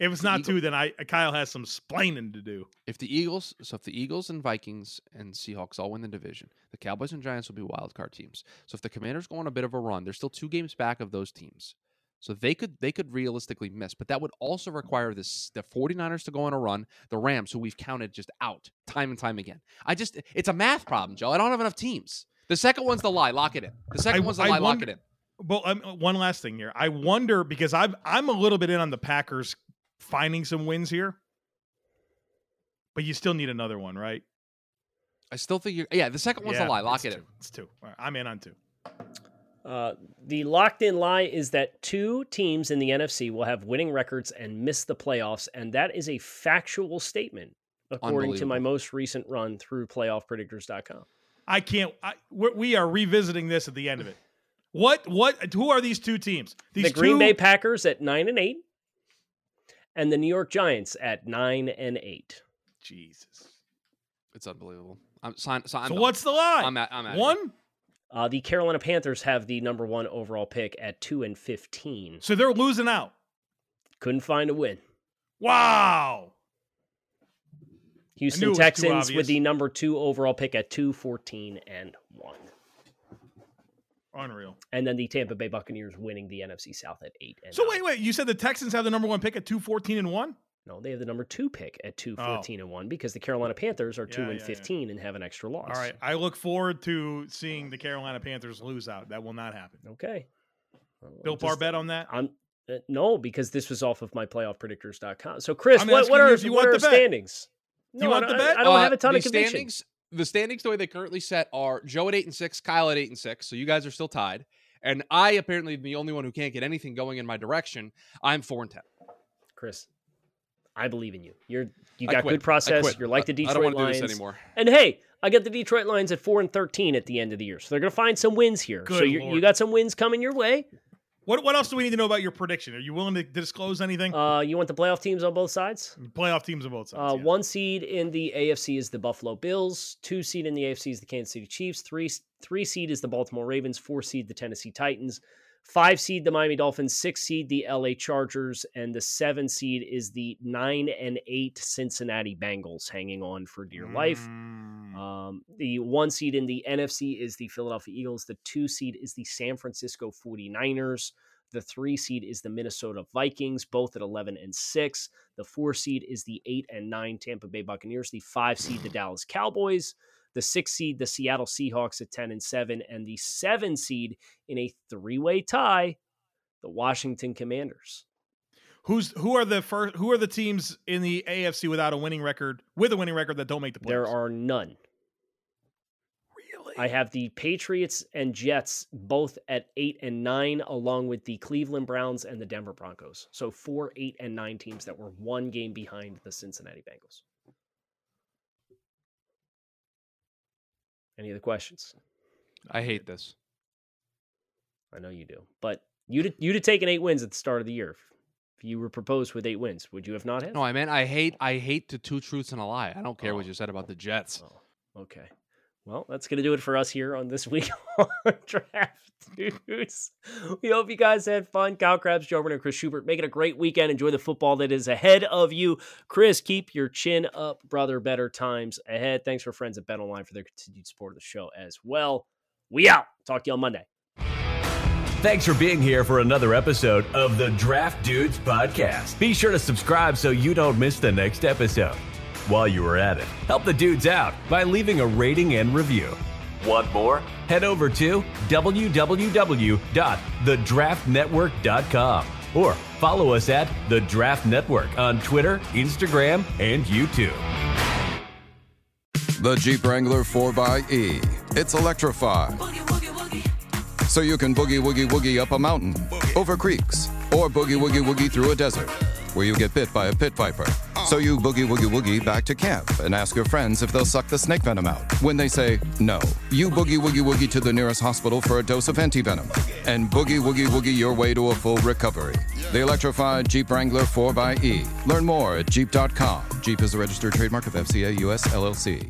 Speaker 5: If it's not two, then I Kyle has some splaining to do.
Speaker 7: If the Eagles, so if the Eagles and Vikings and Seahawks all win the division, the Cowboys and Giants will be wild card teams. So if the Commanders go on a bit of a run, they're still two games back of those teams. So they could they could realistically miss, but that would also require this the 49ers to go on a run, the Rams, who we've counted just out time and time again. I just it's a math problem, Joe. I don't have enough teams. The second one's the lie, lock it in. The second
Speaker 5: I-
Speaker 7: one's the
Speaker 5: I
Speaker 7: lie, lock
Speaker 5: wonder-
Speaker 7: it in.
Speaker 5: Well, um, one last thing here. I wonder because I'm I'm a little bit in on the Packers finding some wins here, but you still need another one, right?
Speaker 7: I still think you're yeah, the second one's
Speaker 5: Yeah,
Speaker 7: the lie, lock
Speaker 5: it's two.
Speaker 7: it in.
Speaker 5: It's two. All right, I'm in on two.
Speaker 6: Uh, the locked in lie is that two teams in the NFC will have winning records and miss the playoffs, and that is a factual statement according to my
Speaker 7: Unbelievable.
Speaker 6: most recent run through playoffpredictors.com.
Speaker 5: I can't. I, we're, we are revisiting this at the end of it. What? What? Who are these two teams? These
Speaker 6: the Green
Speaker 5: two,
Speaker 6: Bay Packers at 9 and 8 and the New York Giants at 9 and 8.
Speaker 5: Jesus.
Speaker 7: It's unbelievable. I'm sign, so I'm
Speaker 5: so
Speaker 7: done.
Speaker 5: what's the lie?
Speaker 7: I'm out- I'm out of here.
Speaker 5: One.
Speaker 6: Uh, the Carolina Panthers have the number 1 overall pick at 2 and 15.
Speaker 5: So they're losing out.
Speaker 6: Couldn't find a win.
Speaker 5: Wow.
Speaker 6: Houston
Speaker 5: was too
Speaker 6: Texans
Speaker 5: obvious.
Speaker 6: with the number 2 overall pick at 2 14 and 1.
Speaker 5: Unreal.
Speaker 6: and then the Tampa Bay Buccaneers winning the NFC South at eight. And
Speaker 5: So
Speaker 6: nine.
Speaker 5: wait, wait. You said the Texans have the number one pick at two fourteen and one.
Speaker 6: no, they have the number two pick at two fourteen and one because the Carolina Panthers are two
Speaker 5: Oh. Yeah,
Speaker 6: and
Speaker 5: yeah, yeah.
Speaker 6: fifteen and have an extra loss.
Speaker 5: All right. I look forward to seeing the Carolina Panthers lose out. That will not happen.
Speaker 6: okay. Well,
Speaker 5: Bill
Speaker 6: just-
Speaker 5: Parr bet on that.
Speaker 6: I'm uh, no, because this was off of my playoffpredictors.com. So Chris,
Speaker 5: I'm
Speaker 6: what,
Speaker 5: asking
Speaker 6: what
Speaker 5: you
Speaker 6: are
Speaker 5: if you
Speaker 6: what
Speaker 5: want
Speaker 6: are
Speaker 5: the bet.
Speaker 6: standings?
Speaker 5: you want
Speaker 6: I,
Speaker 5: the
Speaker 6: I-
Speaker 5: bet?
Speaker 6: I don't
Speaker 7: Uh,
Speaker 6: have a ton
Speaker 7: the
Speaker 6: of conviction.
Speaker 7: Standings, the standings, the way they currently set, are Joe at eight and six, Kyle at eight and six. So you guys are still tied, and I apparently am the only one who can't get anything going in my direction. I'm four and ten.
Speaker 6: Chris, I believe in you. You're you
Speaker 7: I
Speaker 6: got
Speaker 7: quit.
Speaker 6: good process.
Speaker 7: I quit.
Speaker 6: You're like the Detroit
Speaker 7: I don't wanna
Speaker 6: Lions
Speaker 7: do this anymore.
Speaker 6: And hey, I got the Detroit Lions at four and thirteen at the end of the year, so they're going to find some wins here. so
Speaker 5: Good
Speaker 6: you you
Speaker 5: Lord.
Speaker 6: got some wins coming your way.
Speaker 5: What What else do we need to know about your prediction? Are you willing to disclose anything?
Speaker 6: Uh, you want the playoff teams on both sides?
Speaker 5: Playoff teams of both sides.
Speaker 6: Uh,
Speaker 5: yeah.
Speaker 6: One seed in the AFC is the Buffalo Bills. Two seed in the AFC is the Kansas City Chiefs. Three three seed is the Baltimore Ravens. Four seed the Tennessee Titans. Five seed the Miami Dolphins. Six seed the LA Chargers, and the seven seed is the nine and eight Cincinnati Bengals, hanging on for dear life.
Speaker 5: Mm.
Speaker 6: Um, the one seed in the NFC is the Philadelphia Eagles. The two seed is the San Francisco 49ers. The three seed is the Minnesota Vikings, both at 11 and 6. The four seed is the 8 and 9 Tampa Bay Buccaneers. The five seed, the Dallas Cowboys. The six seed, the Seattle Seahawks at 10 and 7. And the seven seed in a three way tie, the Washington Commanders.
Speaker 5: Who's who are the first? Who are the teams in the AFC without a winning record with a winning record that don't make the playoffs?
Speaker 6: There are none.
Speaker 5: really.
Speaker 6: I have the Patriots and Jets both at eight and nine, along with the Cleveland Browns and the Denver Broncos. So four, eight, and nine teams that were one game behind the Cincinnati Bengals. Any other questions?
Speaker 7: I hate this.
Speaker 6: I know you do, but you'd have- you'd have taken eight wins at the start of the year. If you were proposed with eight wins, would you have not had?
Speaker 7: No, I meant I hate. I hate the two truths and a lie. I don't care what you said about the Jets.
Speaker 6: Oh, okay. Well, that's going to do it for us here on this *laughs* week on Draft Dudes. We hope you guys had fun. Kyle Krabs, Joe Brenner, Chris Schubert. Make it a great weekend. Enjoy the football that is ahead of you. Chris, keep your chin up, brother. Better times ahead. Thanks for friends at Bet Online for their continued support of the show as well. We out. Talk to you on Monday.
Speaker 3: Thanks for being here for another episode of the Draft Dudes Podcast. Be sure to subscribe so you don't miss the next episode. While you are at it, help the dudes out by leaving a rating and review.
Speaker 4: Want more?
Speaker 3: Head over to www.thedraftnetwork.com or follow us at The Draft Network on Twitter, Instagram, and YouTube.
Speaker 8: The Jeep Wrangler 4xE. It's electrified. So you can boogie woogie woogie up a mountain, over creeks, or boogie woogie woogie through a desert where you get bit by a pit viper. So you boogie woogie woogie back to camp and ask your friends if they'll suck the snake venom out. When they say no, you boogie woogie woogie to the nearest hospital for a dose of antivenom and boogie woogie woogie your way to a full recovery. The electrified Jeep Wrangler E. 4xE. Learn more at Jeep.com. Jeep is a registered trademark of FCA US LLC.